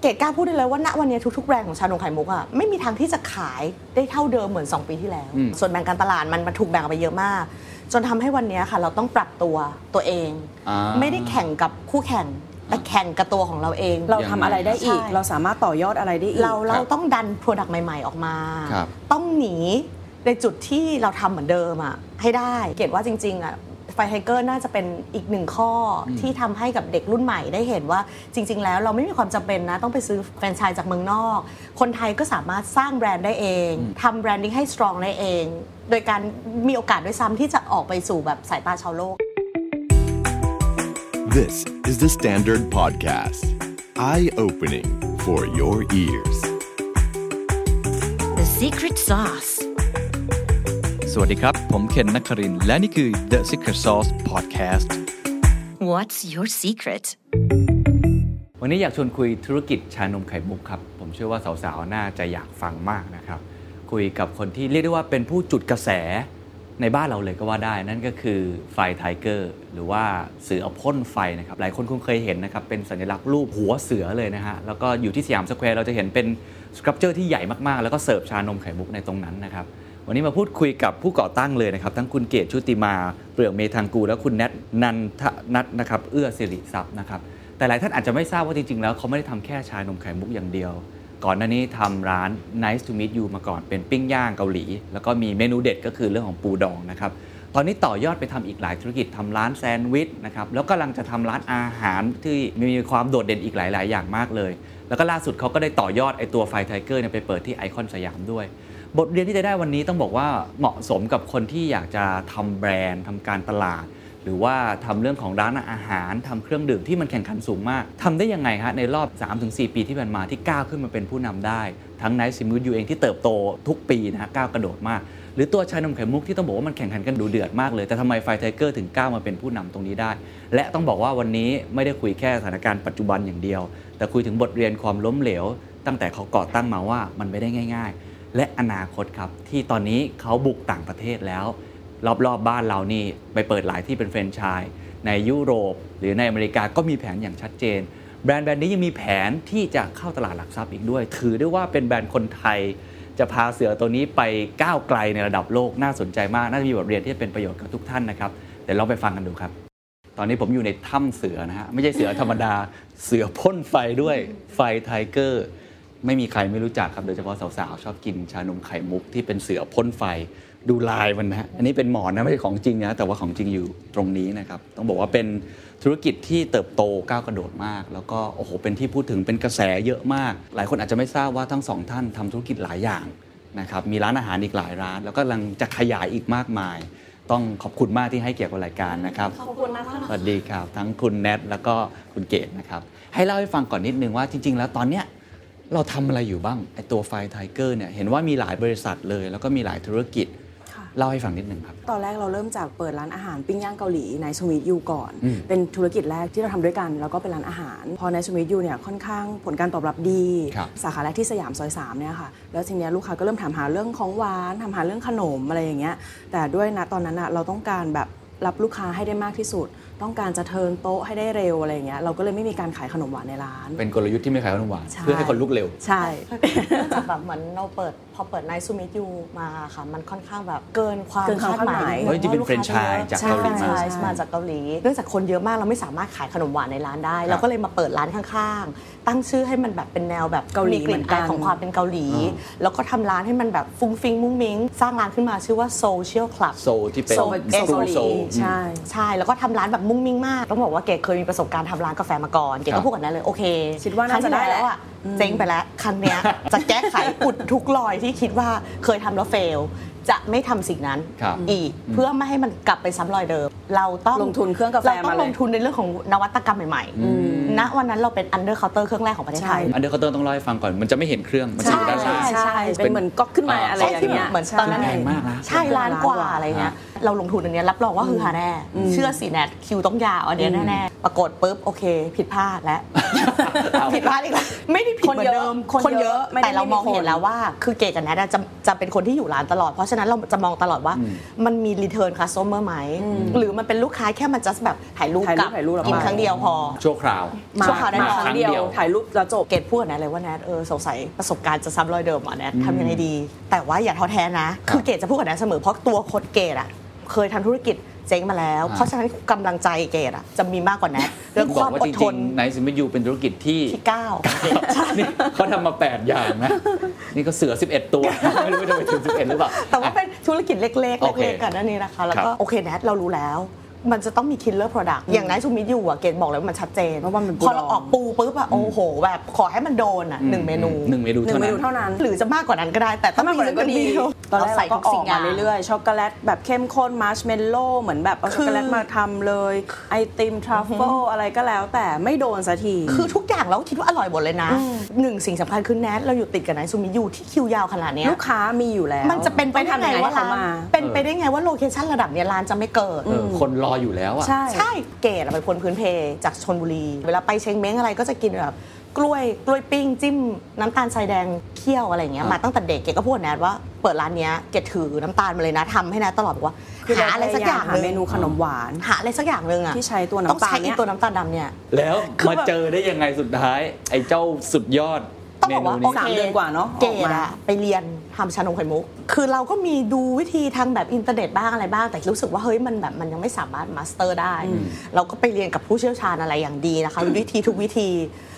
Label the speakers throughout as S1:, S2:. S1: เกดกล้าพูดได้เลยว่าณวันนี้ทุกๆแบรนด์ของชานมไข่มุกอะไม่มีทางที่จะขายได้เท่าเดิมเหมือน 2 ปีที่แล้ว
S2: อืม
S1: ส่วนแบ่งการตลาดมันมันถูกแบ่งออกไปเยอะมาก จนทำให้วันนี้ค่ะ เราต้องปรับตัวตัวเอง
S2: อ่า
S1: ไม่ได้แข่งกับคู่แข่งแต่แข่งกับตัวของเราเอง
S3: เราทำอะไรได้อีก
S1: ใช่
S3: เราสามารถต่อยอดอะไรได้อีก
S1: เราเรา
S2: ครับ
S1: ต้องดัน Product ใหม่ ๆ ออกมา
S2: ครับ
S1: ต้องหนีในจุดที่เราทำเหมือนเดิมอะให้ได้ เกรดว่าจริง ๆอะไฟไฮเกอร์น่าจะเป็นอีกหนึ่งข้ออที่ทำให้กับเด็กรุ่นใหม่ได้เห็นว่าจริง ๆ แล้วเราไม่มีความจำเป็นนะ ต้องไปซื้อแฟรนไชส์จากเมืองนอก คนไทยก็สามารถสร้างแบรนด์ได้เองทำแบรนดิ้งให้สตรองได้เอง โดยการมีโอกาสด้วยซ้ำที่จะออกไปสู่แบบสายตาชาวโลก
S4: This is the Standard Podcast. Eye opening for your ears.
S5: The secret sauce.
S6: สวัสดีครับ ผมเคนนักครินทร์และนี่คือ The Secret Sauce Podcast
S5: What's your secret?
S2: วันนี้อยากชวนคุยธุรกิจชานมไข่มุกครับ ผมเชื่อว่าสาวๆ น่าจะอยากฟังมากนะครับ คุยกับคนที่เรียกได้ว่าเป็นผู้จุดกระแสในบ้านเราเลยก็ว่าได้ นั่นก็คือไฟไทเกอร์หรือว่าเสือพ่นไฟนะครับ หลายคนคงเคยเห็นนะครับ เป็นสัญลักษณ์รูปหัวเสือเลยนะฮะ แล้วก็อยู่ที่สยามสแควร์เราจะเห็นเป็นสครับเจอร์ที่ใหญ่มากๆ แล้วก็เสิร์ฟชานมไข่มุกในตรงนั้นนะครับ วันนี้มาพูดคุยกับผู้ก่อตั้งเลยนะครับ ทั้งคุณเกศชุติมาเปลือกเมธังกูลและคุณแนทนันทนัทนะครับเอื้อสิริทรัพย์นะครับ แต่หลายท่านอาจจะไม่ทราบว่าจริง ๆ แล้วเขาไม่ได้ทำแค่ชานมไข่มุกอย่างเดียว ก่อนหน้านี้ทำร้าน Nice to meet you มาก่อนเป็นปิ้งย่างเกาหลี แล้วก็มีเมนูเด็ดก็คือเรื่องของปูดองนะครับ ตอนนี้ต่อยอดไปทำอีกหลายธุรกิจทำร้านแซนด์วิชนะครับแล้วกำลังจะทำร้านอาหารที่มีความโดดเด่นอีกหลาย ๆ อย่างมากเลย แล้วก็ล่าสุดเขาก็ได้ต่อยอดไอตัวไฟไทเกอร์เนี่ยไปเปิดที่ไอคอนสยามด้วย บทเรียนที่จะได้วันนี้ต้องบอกว่าเหมาะสมกับคนที่อยากจะทำแบรนด์ทำการตลาด หรือว่าทำเรื่องของร้านอาหารทำเครื่องดื่มที่มันแข่งขันสูงมากทำได้ยังไงฮะในรอบ 3-4 ปีที่ผ่านมาที่ก้าวขึ้นมาเป็นผู้นำได้ ทั้งไนซิมูดยูเองที่เติบโตทุกปีนะฮะก้าวกระโดดมาก หรือตัวชานมไข่มุกที่ต้องบอกว่ามันแข่งขันกันดูเดือดมากเลยแต่ทำไมไฟไทเกอร์ถึงก้าวมาเป็นผู้นำตรงนี้ได้ และต้องบอกว่าวันนี้ไม่ได้คุยแค่สถานการณ์ปัจจุบันอย่างเดียว แต่คุยถึงบทเรียนความล้มเหลว ตั้งแต่เขาก่อตั้งมาว่ามันไม่ได้ง่าย ๆ และอนาคตครับที่ตอนนี้เขาบุกต่างประเทศแล้ว รอบๆบบ้านเรานี่ไปเปิดหลายที่เป็นแฟรนไชส์ในยุโรป หรือในอเมริกาก็มีแผนอย่างชัดเจน แบรนด์แบรนด์นี้ยังมีแผนที่จะเข้าตลาดหลักทรัพย์อีกด้วย ถือได้ว่าเป็นแบรนด์คนไทย จะพาเสือตัวนี้ไปก้าวไกลในระดับโลกน่าสนใจมาก น่าจะมีบทเรียนที่จะเป็นประโยชน์กับทุกท่านนะครับเดี๋ยวลองไปฟังกันดูครับ ตอนนี้ผมอยู่ในถ้ำเสือนะฮะ ไม่ใช่เสือธรรมดา เสือพ่นไฟด้วยไฟไทเกอร์ ไม่มีใครไม่รู้จักครับ โดยเฉพาะสาวๆ ชอบกินชานมไข่มุกที่เป็นเสือพ่นไฟดูลายมันนะฮะอันนี้เป็นหมอนนะ ไม่ใช่ของจริงนะ แต่ว่าของจริงอยู่ตรงนี้นะครับ ต้องบอกว่าเป็นธุรกิจที่เติบโตก้าวกระโดดมาก แล้วก็โอ้โหเป็นที่พูดถึงเป็นกระแสเยอะมาก หลายคนอาจจะไม่ทราบว่าทั้งสองท่านทำธุรกิจหลายอย่าง นะครับมีร้านอาหารอีกหลายร้าน แล้วก็กำลังจะขยายอีกมากมาย ต้องขอบคุณมากที่ให้เกียรติกับรายการนะครับ ขอบคุณมากสวัสดีครับ ทั้งคุณแนทแล้วก็คุณเกดนะครับ ให้เล่าให้ฟังก่อนนิดนึงว่าจริง ๆ แล้วตอนเนี้ยเราทำอะไรอยู่บ้างไอตัวไฟไทเกอร์เนี่ยเห็นว่ามีหลายบริษัทเลย แล้วก็มีหลายธุรกิจ
S3: ค่ะ
S2: เล่าให้ฟังนิดนึงครับ
S3: ตอนแรกเราเริ่มจากเปิดร้านอาหารปิ้งย่างเกาหลีในชมิทยูก่อน
S2: อืม
S3: เป็นธุรกิจแรกที่เราทำด้วยกัน แล้วก็เป็นร้านอาหาร พอในชมิทยูเนี่ยค่อนข้างผลการตอบรับดี
S2: ครับ
S3: สาขาแรกที่สยามซอยสามเนี่ยค่ะแล้วทีเนี้ยลูกค้าก็เริ่มถามหาเรื่องของหวานถามหาเรื่องขนมอะไรอย่างเงี้ยแต่ด้วยนะตอนนั้นอะเราต้องการแบบรับลูกค้าให้ได้มากที่สุด ต้องการจะเทิร์นโต๊ะให้ได้เร็วอะไรอย่างเงี้ยเราก็เลยไม่มีการขายขนมหวานในร้าน
S2: เป็นกลยุทธ์ที่ไม่ขายขนมหวาน
S3: ใช่
S2: เพื่อให้คนลุกเร็ว
S3: ใช่
S1: เนื่องจากแบบเหมือนเราเปิดพอเปิดไนซูมิตยูมาค่ะ มันค่อนข้างแบบเกินความ
S3: เกินความคาดหมาย
S1: ด
S2: เฮ้ยจริงเป็นแฟรนไชส์จากเกาหลี
S1: ใช่แฟรน
S2: มา
S1: ไชส์มาจากเกาหลี เนื่องจากคนเยอะมากเราไม่สามารถขายขนมหวานในร้านได้ เราก็เลยมาเปิดร้านข้างๆ ตั้งชื่อให้มันแบบเป็นแนวแบบ
S3: เกาหลี
S1: มีกลิ่น
S3: เหมือนกั
S1: อาย
S3: น
S1: ของความเป็นเกาหลี แล้วก็ทำร้านให้มันแบบฟุ้งฟิ้งมุ้งมิ้งสร้างร้านขึ้นมาชื่อว่าโซเชียลคลับ
S2: โซที่เป็น
S1: Soul
S3: โซ
S2: Soul
S3: เกาหลี
S2: Soul
S3: ใช่
S1: ใช่แล้วก็ทำร้านแบบมุ้งมิ้งมากต้องบอกว่าเกดเคยมีประสบการณ์ทำร้านกาแฟมาก่อนเกด
S2: ครั
S1: ก็
S2: บ
S1: พูดกับแนนเลยโอเค
S3: คิดว่าน่าจะได้
S1: ครั้งที่แล้วอ่ะเจ๊งไปแล้ว ครั้ง เนี้ย จะแก้ไขอุดทุกรอยที่คิดว่าเคยทำแล้วเฟล จะไม่ทำสิ่งนั้น
S2: ครับ
S1: อีกเพื่อไม่ให้มันกลับไปซ้ำรอยเดิม เราต้อง
S3: ลงทุนเครื่องกาแฟ
S1: เราต้อ
S3: มาง เลย
S1: ลงทุนในเรื่องของนวัตกรรมใหม่ๆณวันนั้นเราเป็นอันเดอร์เคาน์เตอร์เครื่องแรกของประเทศไทย
S2: อันเดอร์เคาน์เตอร์ต้องเล่าให้ฟังก่อนมันจะไม่เห็นเครื่องมันจะอยู่ด้าน
S3: ใช่
S2: ล่าง
S3: ใช่เป็นเหมือนก๊อกขึ้นมาอะไรอย่างเงี้ย
S1: เหมือนตอนนั้น
S2: แพงมากนะ
S1: ใช่ล้านกว่าอะไรเงี้ยเราลงทุนอันเนี้ยรับรองว่าคือฮาแน่ เชื่อสิแนทคิวต้องยาวอันเนี้ยแน่ๆ ปรากฏปุ๊บโอเค ผิดพลาดแล้ว
S2: เอา
S1: ผิดพลาดอีกแล้วไม่ได้ผิด
S3: คน
S1: เหมือน
S3: เยอะ
S1: เดิม
S3: คนเยอะไม่ได้
S1: แต่เรามอง
S3: ไม่มีคน
S1: เห็นแล้วว่าคือเกกันแนทอะจะจะเป็นคนที่อยู่ร้านตลอด เพราะฉะนั้นเราจะมองตลอดว่า มันมีรีเทิร์นคัสเตอร์ไหมหรือมันเป็นลูกค้าแค่มันจะแบบถ่ายรูป
S3: ถ่าย
S1: ก
S3: รู
S1: ลั
S3: ป
S1: บ
S3: ถ่ายรูปแล้ว
S1: กิน
S3: ไป
S1: ครั้งเดียวพอ
S2: ชั่วคราว
S1: ชั่วคราวได้
S3: มา
S1: ครั้ง
S3: ครั้งเดียว
S2: เดียว
S3: ถ่ายรูปแล้วจบ
S1: เกดพูดกับแนทเลยว่าแนทเออสงสัยประสบการณ์จะซ้ำรอยเดิมอ่ะแนททำยังไงดี แต่ว่าอย่าท้อแท้นะ คือเกดจะพูดกับแนทเสมอเพราะตัวโคดเกดอ่ะ เคยทำธุรกิจเจ๊งมาแล้ว
S2: อ่า
S1: เพราะฉะนั้นกำลังใจเกดอ่ะ จะมีมากกว่าแน ทเรื่อง
S2: บ
S1: ค
S2: อ
S1: วาก ม
S2: ว่า
S1: อ
S2: จ
S1: ดท
S2: ริง
S1: น
S2: ๆไนซ์มิยูเป็นธุรกิจที่
S1: ที่เก้า
S2: นี่เขาทำมา 8 อย่างนะ นี่ก็เสือ 11 ตัว ไม่รู้ว่าจะไปถึง 11 หรือเปล่า
S1: แต่ว่าเป็นธุรกิจเล็กๆเล็
S2: โอเค
S1: กๆกันนั่นนี่นะคะ แล้วก็
S2: ครับ
S1: โอเคแนทเรารู้แล้ว มันจะต้องมี killer product อย่างนั้นชูมิทอยู่อ่ะ เกดบอกเลยว่ามันชัดเจน
S3: เพราะว่ามันปู
S1: พอเรา
S3: ดอง
S1: ออกปูปุ๊บอ่ะโอ้โห แบบขอให้มันโดนอ่ะหนึ่งเมนู
S2: หนึ่งเมนู
S3: หนึ่งเมนูเท่านั้น
S1: หรือจะมากกว่านั้นก็ได้ แต่ต้อง
S3: มากกว่านั้นก็ดี
S1: สัหงเมนู
S3: ตอนแรก
S1: เา
S3: เราก็อ
S1: ทุสิ่
S3: อง ก
S1: ย่
S3: มาง เรื่อยๆ ช็อกโกแลตแบบเข้มข้นมาร์ชเมลโล่เหมือนแบบเอาช็อกโกแลต
S1: คือ
S3: มาทำเลย ไอติมทรัฟเฟิลอะไรก็แล้วแต่ไม่โดนสักที
S1: คือทุกอย่างเราคิดว่าอร่อยหมดเลยนะหนึ่งสิ่งสำคัญคือแนทเราอยู่ติดกับนายซูมิยูที่คิวยาวขนาดเนี้ย
S3: ลูกค้ามีอยู่แล้ว
S1: มันจะเป็นไปได้
S3: ทำ
S1: ไง
S3: ยังไง
S1: ว่า
S3: ให้เขา
S1: ร้าน
S3: มา
S1: เป็นไปได้ไงว่าโลเคชั่นระดับเนี้ยร้านจะไม่เกิด
S2: เออคนรออยู่แล้วอ่ะ
S3: ใช่
S1: ใช่เกดเป็นคนพื้นเพจากชนบุรี เวลาไปเชงเม้งอะไรก็จะกินแบบกล้วยกล้วยปิ้งจิ้มน้ำตาลทรายแดงเคี่ยวอะไรอย่างเงี้ย
S2: อ่ะ
S1: มาตั้งแต่เด็กเกดก็พูดกับแนทว่าเปิดร้านเนี้ยเกดถือน้ำตาลมาเลยนะทำให้แนทตลอดบอกว่า
S3: คือ
S1: หาอะไรสักอย่างห
S3: หา
S1: นึ่ง
S3: เมนูขนมหวาน
S1: หาอะไรสักอย่างหนึ่งอะ
S3: ที่ใช้ตัวน้ำ
S1: ต้องใช้
S3: ตาลเนี่
S1: ไอ้
S3: ย
S1: ตัวน้ำตาลดำเนี่ย
S2: แล้ว
S1: คือ
S2: มา
S1: แบบ
S2: เจอได้ยังไงสุดท้าย ไอ้เจ้าสุดยอด
S1: ต้อง
S2: เม
S1: บอก
S2: นู
S1: ว่า
S2: นี้
S3: สามเดือนกว่าเนอะ
S1: เก
S3: ออก
S1: ด
S3: มา
S1: อะไปเรียนทำชานมไข่มุก คือเราก็มีดูวิธีทางแบบอินเทอร์เน็ตบ้างอะไรบ้าง แต่รู้สึกว่าเฮ้ยมันแบบมันยังไม่สามารถมาสเตอร์ได้ เราก็ไปเรียนกับผู้เชี่ยวชาญอะไรอย่างดีนะคะ วิธีทุกวิธี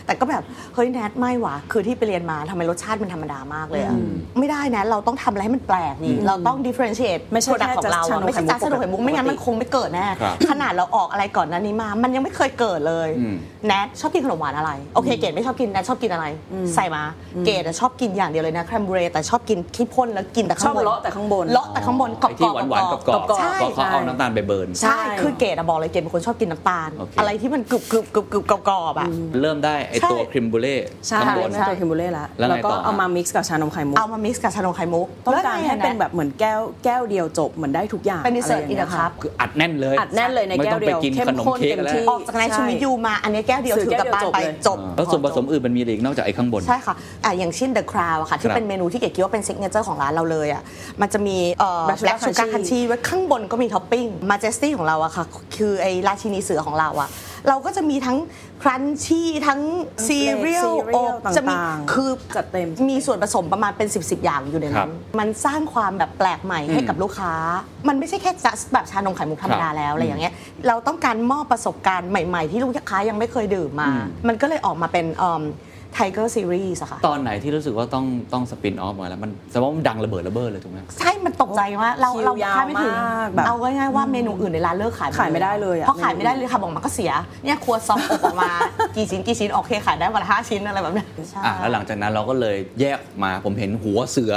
S1: แต่ก็แบบเฮ้ยแนทไม่หวะคือที่ไปเรียนมาทำไมรสชาติมันธรรมดามากเลยอะไม่ได้แนทเราต้องทำอะไรให้มันแปลกดีเราต้องดิเฟ r เ n นเช t
S3: ไม่ใช่
S1: โปรดัก
S3: แค่
S1: ต์ของเราอะ
S3: just
S1: ไม่ใช่จ้าชานมไข่มุกไม่งั้นมันคงไม่เกิดแน่
S2: ครับ
S1: ขนาดเราออกอะไรก่อนหนั้นนี้มา มันยังไม่เคยเกิดเลย
S2: อืม
S1: แนทชอบกินขนมหวานอะไรโอเคเกดไม่ชอบกินแนทชอบกินอะไร ใส่มาเกดอะชอบกินอย่างเดียวเลยนะแครมเบรแต่ชอบกินขี้พ่นแล้วกินแต่ข้างบ
S3: ชอน บเลาะแต่ข้างบน
S1: เลาะแต่ข้างบนกรอบ
S2: ไอ้ที่หวานหวานๆกรอบๆ
S1: ใช่
S2: ก็เขาเอาน้ำตาลไปเบิร์น
S1: ใช่ คือเกดอะบอกเลยเกดเป็นคนชอบกินน้ำตาล
S2: โอเค
S1: อะไรที่มันกรึบกรึบกรึบกรึบกรอบๆอะ
S2: เริ่มได้ไอ้ตัว
S1: ใช่
S2: ครีมบูเล่
S3: ใช่
S2: ข้างบน
S3: เป็นตัวคิมเบอร์เล่ละ
S2: แล้วไง
S3: ก็
S2: ต่อฮะ
S3: เอามามิกซ์กับชานมไข่มุก
S1: เอามามิกซ์กับชานมไข่มุก
S3: ต้องการให้เป็
S1: ล้ว
S3: น
S1: ไงอะ
S3: แบบเหมือนแก้วแก้วเดียวจบเหมือนได้ทุกอย่าง
S1: เป็นดิเซอร์
S3: ะ
S1: ต
S3: ไร
S1: อิ
S3: ย่าง
S1: นเด
S3: งี้ย
S1: อะคั
S3: ค่ะ
S1: พ
S2: คืออัดแน่นเลย
S3: อัดแน่นเลยใน
S2: ไม่ต้องไป
S3: แก้วเดียว
S2: กิน
S3: เข้ม
S2: ขนม
S3: ข้น
S2: เค้ก
S3: เต็ม
S2: แล้ว
S3: ที่
S1: ออกจากนายชูมิยูมาอันนี้แก้วเดียว
S3: ซื้อ
S1: ถือกลับบ้านไป
S3: แก้วเดียว
S1: จ
S3: จ
S1: บบ
S2: แล้วส่วนผสมอื่นมันมีอะไรอีกนอกจากไอ้ข้างบน
S1: ใช่ค่ะอ่ะ อย่างเช่น The Crown อะค่ะ ที่
S2: ครับ
S1: เป็นเมนูที่เก๋คิดว่าเป็นซิกเนเจอร์ของร้านเราเลยอ่ะมันจะมีเอ่อ
S3: Black
S1: Black
S3: Sugar
S1: Sugar
S3: Crunchy
S1: Crunchy ไว้ข้างบนก็มีท็อปปิ้ง Majesty ของเราอะค่ะ คือไอ้ราชินีเสือของเราอะเราก็จะมีทั้ง Crunchy ทั้ง Cereal
S3: เฟลก Cereal
S1: โอบจะมี
S3: ต่างๆ
S1: คือ
S3: จัดเต็ม
S1: มีส่วนผสมประมาณเป็น 10 10 อย่างอยู่ใน
S2: ครั
S1: นั้
S2: บ
S1: น มันสร้างความแบบแปลกใหม่ให้กับลูกค้า มันไม่ใช่แค่ just แบบชานมไข่มุกธรรมดา
S2: ครับ
S1: แล้วอะไรอย่างเงี้ยเราต้องการมอบประสบการณ์ใหม่ ๆ ที่ลูกค้ายังไม่เคยดื่มมา มันก็เลยออกมาเป็นไทเกอร์ซีรีส์อะค่ะ
S2: ตอนไหนที่รู้สึกว่าต้องต้องสปินออฟมาแล้วมันแสดงว่ามันดังระเบิดระเบ้อเลยถูกไหม
S1: ใช่ มันตกใจว่าเรา
S3: คิว
S1: เรา
S3: ยาว
S1: คาดไม่ถึง
S3: มากแบบ
S1: เอาง่ายๆว่าเมนูอื่นในร้านเลิกขายห
S3: ขายไม่ได้เลยอะ
S1: เพราะขายไม่ได้เลยค่ะบอกมาก็เสีย เนี่ยครัวซองอบออกมา กี่ชิ้น กี่ชิ้นโอเคขายได้วันละห้าชิ้นอะไรแบบเนี้ยใช่
S2: อ่ะแล้วหลังจากนั้นเราก็เลยแยกมาผมเห็นหัวเสือ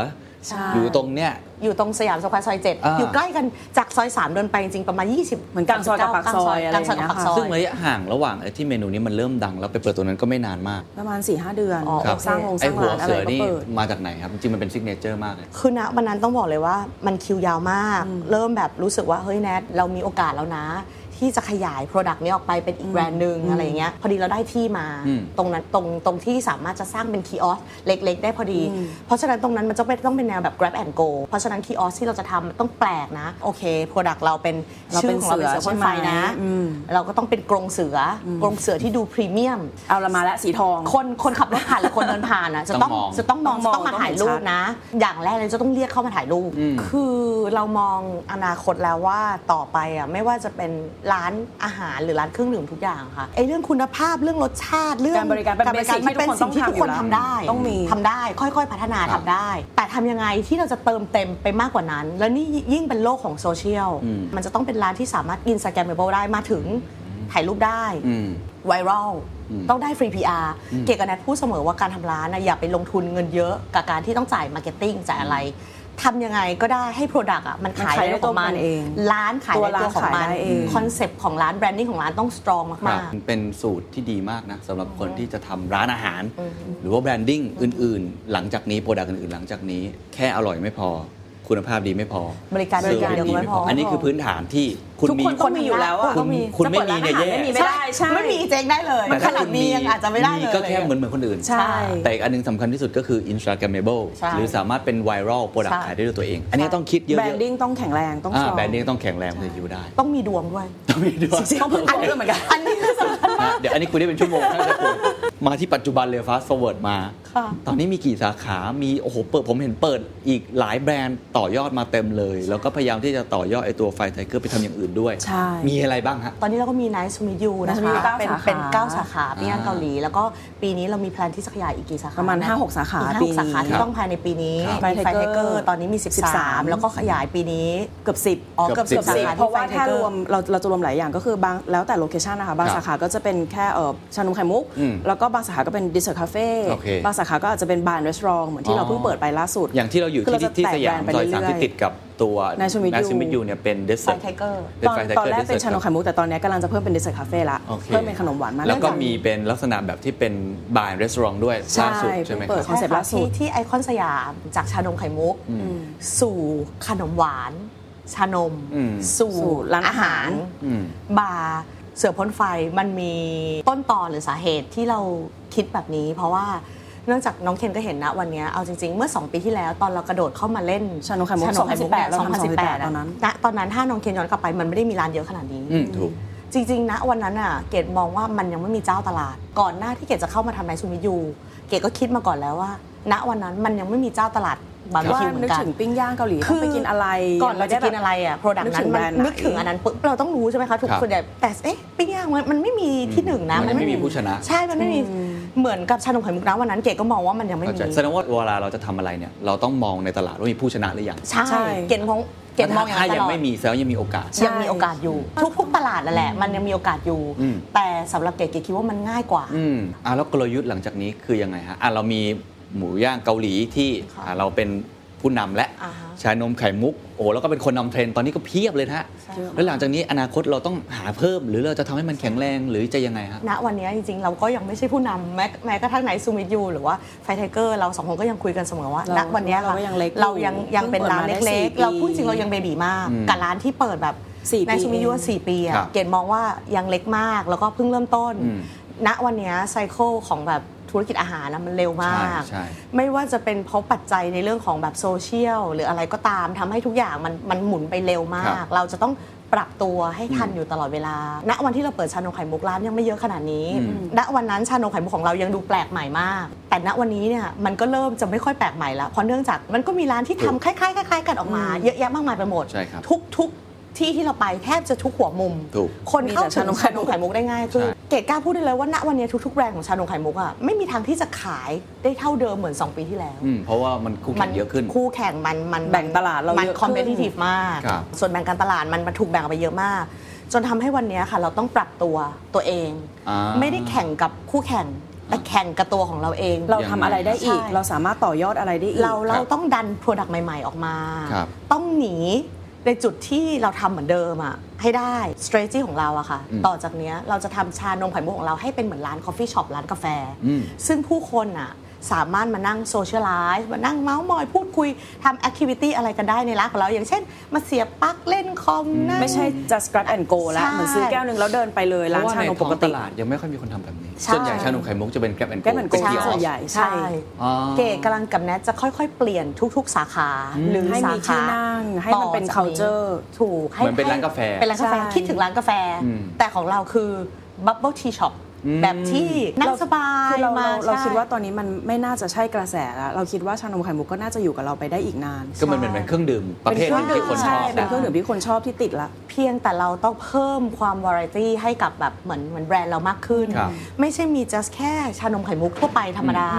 S3: ใช่
S2: อยู่ตรงเนี้ย
S1: อยู่ตรงสยามสแควร์ซอยเจ็ด
S2: อ่า
S1: อยู่ใกล้กันจากซอยสามเดินไปจริงๆประมาณ 20
S3: เหมือนกลางซอยกับปากซอยอะไรอย่างเงี้ย
S1: กลางซอยกับปาก
S3: ค่ะ
S1: ซอย
S2: ซึ่งระยะห่างระหว่างไอ้ที่เมนูนี้มันเริ่มดัง แล้วไปเปิดตัวนั้นก็ไม่นานมาก
S3: ประมาณ4ี่ห้าเดือน
S1: อ๋อ
S2: ครับ
S3: สร้างโรงส
S2: ไอ้
S3: ร้าง
S2: หัว
S3: ร้านอะ
S2: เสื
S3: ไร
S2: อ
S3: ก็
S2: นี่
S3: เปิด
S2: มาจากไหนครับ จริงๆมันเป็นซิกเนเจอร์มากเลย
S1: คือณวันนั้นต้องบอกเลยว่ามันคิวยาวมาก เริ่มแบบรู้สึกว่า เฮ้ยแนทเรามีโอกาสแล้วนะ ที่จะขยาย Product นี้ออกไปเป็นอีกแบรนด์หนึ่งอะไรอย่างเงี้ยพอดีเราได้ที่มา
S2: อืม
S1: ตรงนั้นตรงตรงที่สามารถจะสร้างเป็นคีออสเล็ก ๆ ได้พอดี เพราะฉะนั้นตรงนั้นมันจะเป็นต้องเป็นแนวแบบ grab and go เพราะฉะนั้นคีออสที่เราจะทำมันต้องแปลกนะ โอเค Product เราเป็น
S3: เรา
S1: ชื่
S3: เป็
S1: อนของเราเป็นเสือ
S3: เสื
S1: พ่
S3: อ
S1: นไฟ
S3: ใช่ไหม
S1: นะ
S3: อืม
S1: เราก็ต้องเป็นกรงเสืออกรงเสือที่ดูพรีเมียม
S3: เอาละมาละสีทอง
S1: คนคนขับรถผ่านหรือคนเดินผ่านอ่ะจะ
S2: ต้
S1: ต้
S2: อ
S1: อง ง
S2: มอง
S1: จะต้องมองจะ
S3: ต้องมอง
S1: ต้องมาถ่ายรูป
S3: ต้องเห็นชัด
S1: นะ อย่างแรกเลยจะต้องเรียกเข้ามาถ่ายรูป คือเรามองอนาคตแล้วว่าต่อไปอ่ะไม่ว่าจะเป็นร้านอาหารหรือร้านเครื่องดื่มทุกอย่างค่ะไอ้เรื่องคุณภาพเรื่องรสชาติเรื่อง
S3: การบริการเป็น
S1: กบ
S3: เบสิกที่
S1: มันเป็นสิ่งที่
S3: ทุ
S1: ทุก
S3: ก
S1: ค
S3: คน น
S1: ทำ
S3: ทำ
S1: ได้
S3: อยู่แล้วต้องมี
S1: ทำได้ค่อยๆ พัฒนา
S2: ครั
S1: ทำ
S2: บ
S1: ได้ แต่ทำยังไงที่เราจะเติมเต็มไปมากกว่านั้น แล้วนี่ยิ่งเป็นโลกของโซเชียลมันจะต้องเป็นร้านที่สามารถอินสตาแกรมเบลได้มาถึงถ่ายรูปได้
S2: อืม
S1: ไวรัลต้องได้ฟรี PR เกดกับแนทพูดเสมอว่าการทำร้านนะอย่าไปลงทุนเงินเยอะกับการที่ต้องจ่ายมาร์เก็ตติ้งจ่ายอะไรทำยังไงก็ได้ให้ Product อ่ะมันขาย
S3: มันขาย
S1: ใน
S3: ได้
S1: ตัวของมัน
S3: ตัวมันเอง
S1: ร้านขาย
S3: ตัว
S1: ในตัว
S3: ร้าน
S1: ของมัน
S3: ขายได้เอง
S1: คอนเซปต์ของร้านแบรนดิ้งของร้านต้องสตรอง
S2: ครั
S1: มา
S2: บ
S1: ก ๆ
S2: มันเป็นสูตรที่ดีมากนะสำหรับคนที่จะทำร้านอาหาร หรือว่าแบรนดิ้งอื่น ๆ หลังจากนี้โปรดักต์อื่นๆ หลังจากนี้ แค่อร่อยไม่พอ คุณภาพดีไม่พอ
S1: บริการ
S3: บริการ
S1: เดียวก็ไม่พอ
S2: อันนี้คือพื้นฐานที่คุณ
S3: ทุก
S2: มี
S3: คนต้องมีอยู่แล้วอะ
S2: คุณ
S3: ต้องมี
S2: คุณไม่มี
S3: จะเปิดร้าน
S2: เนี่ยแย่
S3: อาหารไม่มีไม่ได้ใช่
S1: ไม่มีเจ๊งได้เลย
S2: แต่
S1: ข
S2: ถ้า
S1: นา
S2: คุ
S1: ด
S2: ณ
S1: มี
S2: มี
S1: ยังอาจจะไม่ได้เลย
S2: ก็แค่เหมือนเหมือนคนอื่น
S3: ใช่
S2: แต่อีกอันหนึงสำคัญที่สุดก็คือ Instagrammable
S1: ใช่
S2: หรือสามารถเป็นไวรัลโปรดัก
S1: ใช่
S2: ขายได้ด้วยตัวเอง อันนี้ต้องคิดเยอะ
S3: แบรนดิ้งต้องแข็งแรงต้อง
S2: ๆอ่า
S3: สตรอง
S2: แบรนดิ้งต้องแข็งแรงถึงจะอยู่ ได้
S1: ต้องมีดวงด้วย
S2: ต้องมีด้วย
S3: ต้องพึ่งคนด้วยเหมือนกัน
S1: อันนี้คือสำคัญมาก
S2: นะเดี๋ยวอันนี้คุยได้เป็นชั่วโมง นะคุณมาที่ปัจจุบันเลย fast forward มา
S1: ค่ะ
S2: ตอนนี้มีกี่สาขา มีโอ้โหเปิดผมเห็นเปิดอีกหลายแบรนด์ต่อยอดมาเต็มเลย แล้วก็พยายามที่จะต่อยอดไอตัวไฟไทเกอร์ไปทำอย่างอื่นด้วย
S3: ใช่
S2: มีอะไรบ้างฮะ
S1: ตอนนี้เราก็มี Nice to meet you นะ
S3: Nice to
S1: คะ
S3: meet you เก้า
S1: เป็น
S3: สาขา
S1: เป็น 9 สาขาปีย่าน
S2: อ่า
S1: เกาหลี แล้วก็ปีนี้เรามีแพลนที่จะขยายอีกกี่สาขา
S3: ประมาณ
S1: น
S3: ห้าหกสาขา
S1: อีกห้
S3: ปี
S1: หก
S3: นี้
S1: สาขา
S2: ครั
S1: ที่
S2: บ
S1: ต้องภายในปีนี้
S2: ครับ
S1: มี
S3: Fire
S1: Fire
S3: Tiger
S1: Tiger ตอนนี้มี 13
S3: 13
S1: แล้วก็ขยายปีนี้
S3: เกือบสิบ
S1: อ๋อเกือบ
S2: เกือบ
S1: 10
S2: 10
S1: สาขา
S3: เพราะว่า
S1: ที่ Fire
S3: ถ้า
S1: Tiger
S3: รวมเราเราจะรวมหลายอย่างก็คือบางแล้วแต่โลเคชันนะคะ บาง
S2: ครับ
S3: สาขาก็จะเป็นแค่เอ่อชานมไข่มุก
S2: อืม
S3: แล้วก็บางสาขาก็เป็นดิสเซอร์คาเฟ่
S2: โอเค
S3: บางสาขาก็อาจจะเป็นบาร์รีสอร์ทเหมือน
S2: อ๋
S3: ที่
S2: อ
S3: เราเพิ่งเปิดไปล่าสุด
S2: อย่างที่เราอยู่
S3: คื
S2: ที่
S3: จะ
S2: ที่
S3: แต
S2: ส
S3: ก
S2: ยาม
S3: แบรนด์ไป
S2: ซอยสาม
S3: เรื่
S2: ที่
S3: อ
S2: ติ
S3: ย
S2: ดกับตัว
S3: Nice to meet you
S2: มิยูเนี่ยเป็นเดสเซอร์
S1: Fire Tiger
S2: เป็น
S3: ตอน
S2: ไฟไท
S3: ตอน
S2: เกอร์
S3: แร
S2: เด
S3: ก
S2: สเซ
S3: เป็
S2: อน
S3: ชานม
S2: ร์
S3: ไข่มุกแต่ตอนนี้กำลังจะเพิ่มเป็นดิสเซอร์คาเฟ่ละ
S2: โอเค
S3: เพิ่มเป็นขนมหวานมาก
S2: แล้วก็
S3: เนื่องจา
S2: มีเป็นลักษณะแบบที่เป็นบาร์รีสอร์ทด้วย
S3: ใช่
S2: ล่าสุดใช่ไหมค
S3: เพิ่งเปิ
S2: รั
S3: ด
S2: บ
S3: คอนซปต์ล่าสุด
S1: ที่ที่ไอคอนสยามจากชานมไข่มุก สู่ขนมหวาน ชานม
S2: อืม
S1: สู่
S3: สู่ร้านอาหาร
S2: อืม
S1: บาร์เสือพ่นไฟมันมีต้นตอหรือสาเหตุที่เราคิดแบบนี้ เพราะว่าเนื่องจากน้องเคนก็เห็นนะวันเนี้ยเอาจริง ๆ เมื่อ 2 ปีที่แล้วตอนเรากระโดดเข้ามาเล่น
S3: ชานมไข่มุก
S1: 2018
S3: เราทำ
S1: 2018
S3: 2018ตอนนั้น
S1: ณตอนนั้นถ้าน้องเคนย้อนกลับไปมันไม่ได้มีร้านเยอะขนาดนี้
S2: อืมถูก
S1: จริงๆ นะวันนั้นอ่ะเกดมองว่ามันยังไม่มีเจ้าตลาด ก่อนหน้าที่เกดจะเข้ามาทำไนซูมิยูเกดก็คิดมาก่อนแล้วว่า ณวันนั้นมันยังไม่มีเจ้าตลาดบาร์บี
S3: ว่า
S1: คิวเหมือ
S3: นึ
S1: น
S3: ก
S1: กัน
S3: ถึงปิ้งย่างเกาหลีต้องไปกินอะไร
S1: ก่อนเราจะ
S3: ด้แบบ
S1: กินอะไรอ่ะโปรดักต์นั้น
S3: นึก
S1: มัน
S3: ถึงแบรนด์ไหน
S1: นึกถึงอันนั้นปุ๊บเราต้องรู้ใช่ไหมคะทุก
S2: ครับ
S1: ส่วนใหญ่แต่เอ๊ะปิ้งย่างมันมันไม่มีที่หนึ่งนะ
S2: มันไม่มีผู้ชนะ
S1: ใช่ มันไม่มีเหมือนกับชานมไข่มุกนะวันนั้นเก๋ก็มองว่ามันยังไม่
S2: เข้า
S1: มี
S2: ใจแสดงว่าเวลาเราจะทำอะไรเนี่ยเราต้องมองในตลาดว่ามีผู้ชนะหรือยัง
S1: ใช่
S3: ใช่
S1: เก๋มองเก๋มองอย่าง
S2: ถ้า
S1: นั้นต
S2: ยัง
S1: ลอด
S2: ไม่มีแสดงว่ายังมีโอกาส
S1: ยังมีโอกาสอยู่ ทุกๆตลาดนั่นแหละมันยังมีโอกาสอยู่
S2: อืม
S1: แต่สำหรับเก๋เก๋คิดว่ามันง่ายกว่า
S2: อืมอ่ะแล้วกลยุทธ์หลังจากนี้คือยังไงฮะอ่ะเรามีหมูย่างเกาหลีที่
S1: ค่ะ
S2: อ่ะเราเป็นผู้นำและ
S1: อ่าฮะ
S2: ชานมไข่มุกโอ้แล้วก็เป็นคนนำเทรนด์ตอนนี้ก็เพียบเลยนะฮะแล้วหลังจากนี้อนาคตเราต้องหาเพิ่ม หรือเราจะทำให้มันแข็งแรงหรือจะยังไงฮะ
S1: ณวันนี้จริงๆ เราก็ยังไม่ใช่ผู้นำแม้แม้กระทั่งไหนซูมิยูหรือว่าไฟไทเกอร์เราสองคนก็ยังคุยกันเสมอว่าณ
S3: เรา
S1: วันนี้ค่ะ
S3: เราก็ยังเล็กอยู่
S1: เรายังยังเป็น
S3: เพิ่งเปิด
S1: ร้าน
S3: มาได้
S1: เล็ก
S3: สี่
S1: ๆ
S3: ปี
S1: เราพูดจริงเรายังเบบีมาก
S2: อืม
S1: กับร้านที่เปิดแบบ
S3: สี่ปี
S1: ในซูมิยูสี่ปีอะ
S2: ครับ
S1: เกดมองว่ายังเล็กมากแล้วก็เพิ่งเริ่มต้น
S2: อืม
S1: ณวันนี้ไซเคิลของแบบธุรกิจอาหารนะมันเร็วมาก
S2: ใช่ใช่
S1: ไม่ว่าจะเป็นเพราะปัจจัยในเรื่องของแบบโซเชียลหรืออะไรก็ตามทำให้ทุกอย่างมันมันหมุนไปเร็วมาก เราจะต้องปรับตัวให้ทันอยู่ตลอดเวลา ณ วันที่เราเปิดชานมไข่มุกร้านยังไม่เยอะขนาดนี้
S2: อืม
S1: ณ วันนั้นชานมไข่มุกของเรายังดูแปลกใหม่มาก แต่ณ วันนี้เนี่ยมันก็เริ่มจะไม่ค่อยแปลกใหม่ละ เพราะเนื่องจากมันก็มีร้านที่ทำคล้ายๆคล้ายๆกันออกมา เยอะแยะมากมายไปหมด
S2: ใช่ครับ
S1: ทุกทุกที่ที่เราไปแทบจะทุกหัวมุม
S2: ถูก
S1: คนเข้าถึ
S3: มีแต่ชาง นมไข่
S1: ชา
S3: มุ
S1: นม
S3: ก
S1: ไข่มุกได้ง่ายขึ้น
S2: ใช่
S1: เกดกล้าพูดได้เลยว่าณวันนี้ทุกๆแบรนด์ของชานมไข่มุกอะไม่มีทางที่จะขายได้เท่าเดิมเหมือน 2 ปีที่แล้ว
S2: อืมเพราะว่ามันคู่
S1: มั
S2: แข่งเยอะขึ้น
S1: คู่แข่งมันมัน
S3: แบ่งตลาดเรา
S1: มัน
S3: เยอะขึ้น
S1: คอมเพลทีฟมาก
S2: ครับ
S1: ส่วนแบ่งการตลาดมันมันถูกแบ่งออกไปเยอะมาก จนทำให้วันนี้ค่ะ เราต้องปรับตัวตัวเอง
S2: อ่า
S1: ไม่ได้แข่งกับคู่แข่ง แต่แข่งกับตัวของเราเอง
S3: เราทำอะไรได้อีก
S1: ใช่
S3: เราสามารถต่อยอดอะไรได้อีก
S1: เรา
S2: ครับ
S1: เราต้องดันโปรดักต์ใหม่ ๆ ออกมา
S2: ครับ
S1: ต้องหนีในจุดที่เราทำเหมือนเดิมอะให้ได้ strategy ของเราอะค่ะ
S2: อืม
S1: ต่อจากเนี้ยเราจะทำชานมไข่มุกของเราให้เป็นเหมือนร้าน coffee shop ร้านกาแฟ
S2: อืม
S1: ซึ่งผู้คนอะสามารถมานั่งโซเชียลไลฟ์มานั่งเมาส์มอยพูดคุยทำแอคทิวิตี้อะไรกันได้ในร้านของเรา อย่างเช่น มาเสียบปลั๊กเล่นคอมนั่ง
S3: ไม่ใช่ just grab and go แล้ว
S1: ใช่
S3: เหมือนซื้อแก้วหนึ่งแล้วเดินไปเลย
S2: เพ
S3: ร้าน
S2: ราะว่า
S3: ชา
S2: ใน
S3: นม
S2: ท้
S3: ป
S2: อง
S3: ก
S2: ต
S3: ติ
S2: ลาดยังไม่ค่อยมีคนทำแบบนี้
S1: ใช่
S2: ส่วนใหญ่ชานมไข่มุกจะเป็นแกร็บแอนด์
S3: Grab and Go
S2: โก
S3: ที่
S2: เกียว
S3: ส่วนใหญ่
S1: ใช่
S2: อ๋อ
S1: เก๋กำลังกับแนทจะค่อยๆ เปลี่ยนทุก ๆ สาขาหรือ
S3: ให้
S1: สา
S3: มี
S1: ขา
S3: ที่นั่งให้มันเป็น
S1: ต่อจาก
S3: culture
S1: ถูก
S2: เหมือนเป็นร้านกาแฟ
S1: เป็นร้านกาแฟ
S3: ใช่
S1: คิดถึงร้านกาแฟ
S2: อืม
S1: แต่ของเราคือบับเบิลทีช็อป
S2: อืม
S1: แบบที่นั่งสบาย
S3: คือเรา
S1: มา
S3: เราเรา
S1: ใช่
S3: คิดว่าตอนนี้มันไม่น่าจะใช่กระแสแล้วเราคิดว่าชานมไข่มุกก็น่าจะอยู่กับเราไปได้อีกนาน
S2: ก็มันเหมือนเป็นเครื่องดื่มประเภทหนึ่งที่คนช
S3: ใช่
S2: อบ
S3: เป็นเครื่องดื่มที่คนชอบที่ติดละ
S1: เพียงแต่เราต้องเพิ่มความวาไรตี้ให้กับแบบเหมือนเหมือนแบรนด์เรามากขึ้น
S2: ครับ
S1: ไม่ใช่มี just แค่ชานมไข่มุกทั่วไปธรรมดา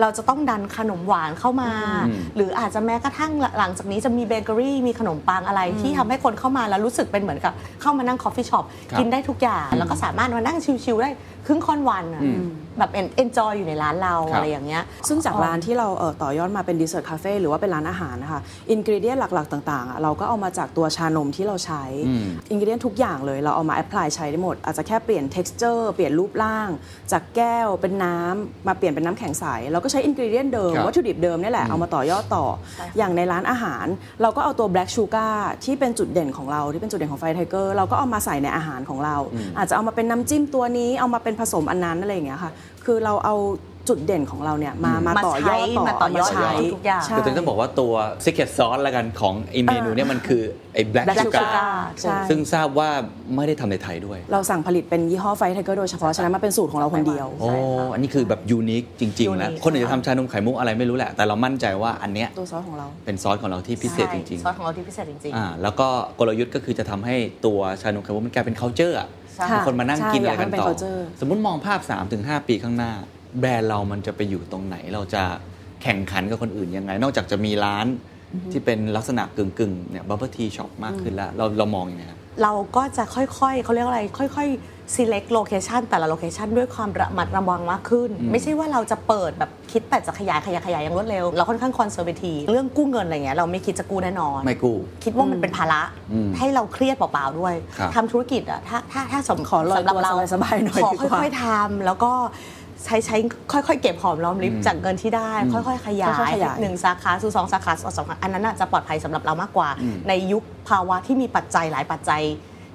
S1: เราจะต้องดันขนมหวานเข้ามา
S2: อืม
S1: หรืออาจจะแม้กระทั่งหลังจากนี้จะมีเบเกอรี่ มีขนมปังอะไรที่ทำให้คนเข้ามาแล้วรู้สึกเป็นเหมือนกับเข้ามานั่งคอฟฟี่ช็อป
S2: ครับ
S1: กินได้ทุกอย่าง แล้วก็สามารถมานั่งชิลๆได้ ครึ่งค่อนวันอะ
S2: อืม
S1: แบบเอนจอยอยู่ในร้านเรา
S2: ครับ
S1: อะไรอย่างเงี้ย
S3: ซึ่งจากร้านที่เราเอ่อต่อยอดมาเป็นดีเซอร์คาเฟ่หรือว่าเป็นร้านอาหารนะคะอินกิเดียนหลักๆ ต่างๆอ่ะเราก็เอามาจากตัวชานมที่เราใช้
S2: อืม
S3: อินกิเดียนทุกอย่างเลยเราเอามาแอพพลายใช้ได้หมด อาจจะแค่เปลี่ยน t e x t อร์เปลี่ยนรูปร่าง จากแก้วเป็นน้ำมาเปลี่ยนเป็นน้ำแข็งใสเราก็ใช้อินกิเดียนเดิม
S2: ครับ
S3: วัตถุดิบเดิมเนี่ยแหละเอามาต่อยอดต่อ อย่างในร้านอาหาร เราก็เอาตัว Black Sugar ที่เป็นจุดเด่นของเราที่เป็นจุดเด่นของไฟไทเกอร์เราก็เอามาใส่ในอาหารของเรา อาจจะเอามาเป็นน้ำจิ้มตัวนี้เอามาเป็นผสมอันนั้นอะไรอย่างเงี้ยค่ะคือเราเอาจุดเด่นของเราเนี่ยมา มา
S1: มา
S3: ต่อยอดต่อ
S1: ใช้มาต่อยอด
S3: เามาใช้
S1: ทุกๆอย่าง
S3: ใช่
S2: คือถึงต้องบอกว่าตัว secret sauce ละกันของไอเมนูเนี่ยมันคือไอ black
S3: Black
S2: sugar
S3: Sugar ใช่
S2: ซึ่งทราบว่าไม่ได้ทำในไทยด้วย
S3: เราสั่งผลิตเป็นยี่ห้อไฟไทเกอร์โดยเฉพาะ ฉะนั้นมันเป็นสูตรของเราคนเดียว
S2: โอ้อันนี้คือแบบยูนิคจริงๆนะ
S1: unique
S2: คนอื่นจะทำชานมไข่มุกอะไรไม่รู้แหละ แต่เรามั่นใจว่าอันเนี้ย
S3: ตัวซอสของเรา
S2: เป็นซอสของเราที่พิเศษจริง
S1: ใช่ซอสของเราที่พิเศษจริง
S2: ๆอ่าแล้วก็กลยุทธ์ก็คือจะทำให้ตัวชานมไข่มุกมันกลายเป็น culture อะ
S1: ใช่
S2: คนมานั่งกินอะไรกันต่อ
S3: ใช่อยากให้มันเป็น culture
S2: สมมติมองภาพ 3-5 ปีข้างหน้า แบรนด์เรามันจะไปอยู่ตรงไหน เราจะแข่งขันกับคนอื่นยังไง นอกจากจะมีร้านที่เป็นลักษณะกึ่งๆเนี่ยบัพเปอร์ทีช็อปมากขึ้นแล้ว เราเรามองยังไงครับ
S1: ๆ เราก็จะค่อยๆเขาเรียกอะไร ค่อยๆ select location แต่ละ location ด้วยความระมัดระวังมากขึ้น ไม่ใช่ว่าเราจะเปิดแบบคิดแต่จะขยายขยายขยายอย่างรวดเร็ว เราค่อนข้าง conservative เรื่องกู้เงินอะไรเงี้ยเราไม่คิดจะกู้แน่นอน
S2: ไม่กู้
S1: คิดว่ามันเป็นภาระให้เราเครียดเปล่าๆด้วย
S2: ครับ
S1: ทำธุรกิจอะถ้าถ้าถ้าสม
S3: ขอลอย
S1: สำหรับ
S3: ตัว
S1: เรา
S3: สบายๆหน่อย
S1: ขอ
S3: ดีกว่า
S1: ค่อยๆทำแล้วก็ใช้ใช้ค่อยๆ เก็บหอมรอมริบจากเงินที่ได้ ค่อยๆ ขยา
S3: ค่อย
S1: ย
S3: ๆขยาย
S1: หนึ่งสาขาสู่สองสาขาสู่สองสาขาอันนั้นน่ะจะปลอดภัยสำหรับเรามากกว่า ในยุคภาวะที่มีปัจจัยหลายปัจจัย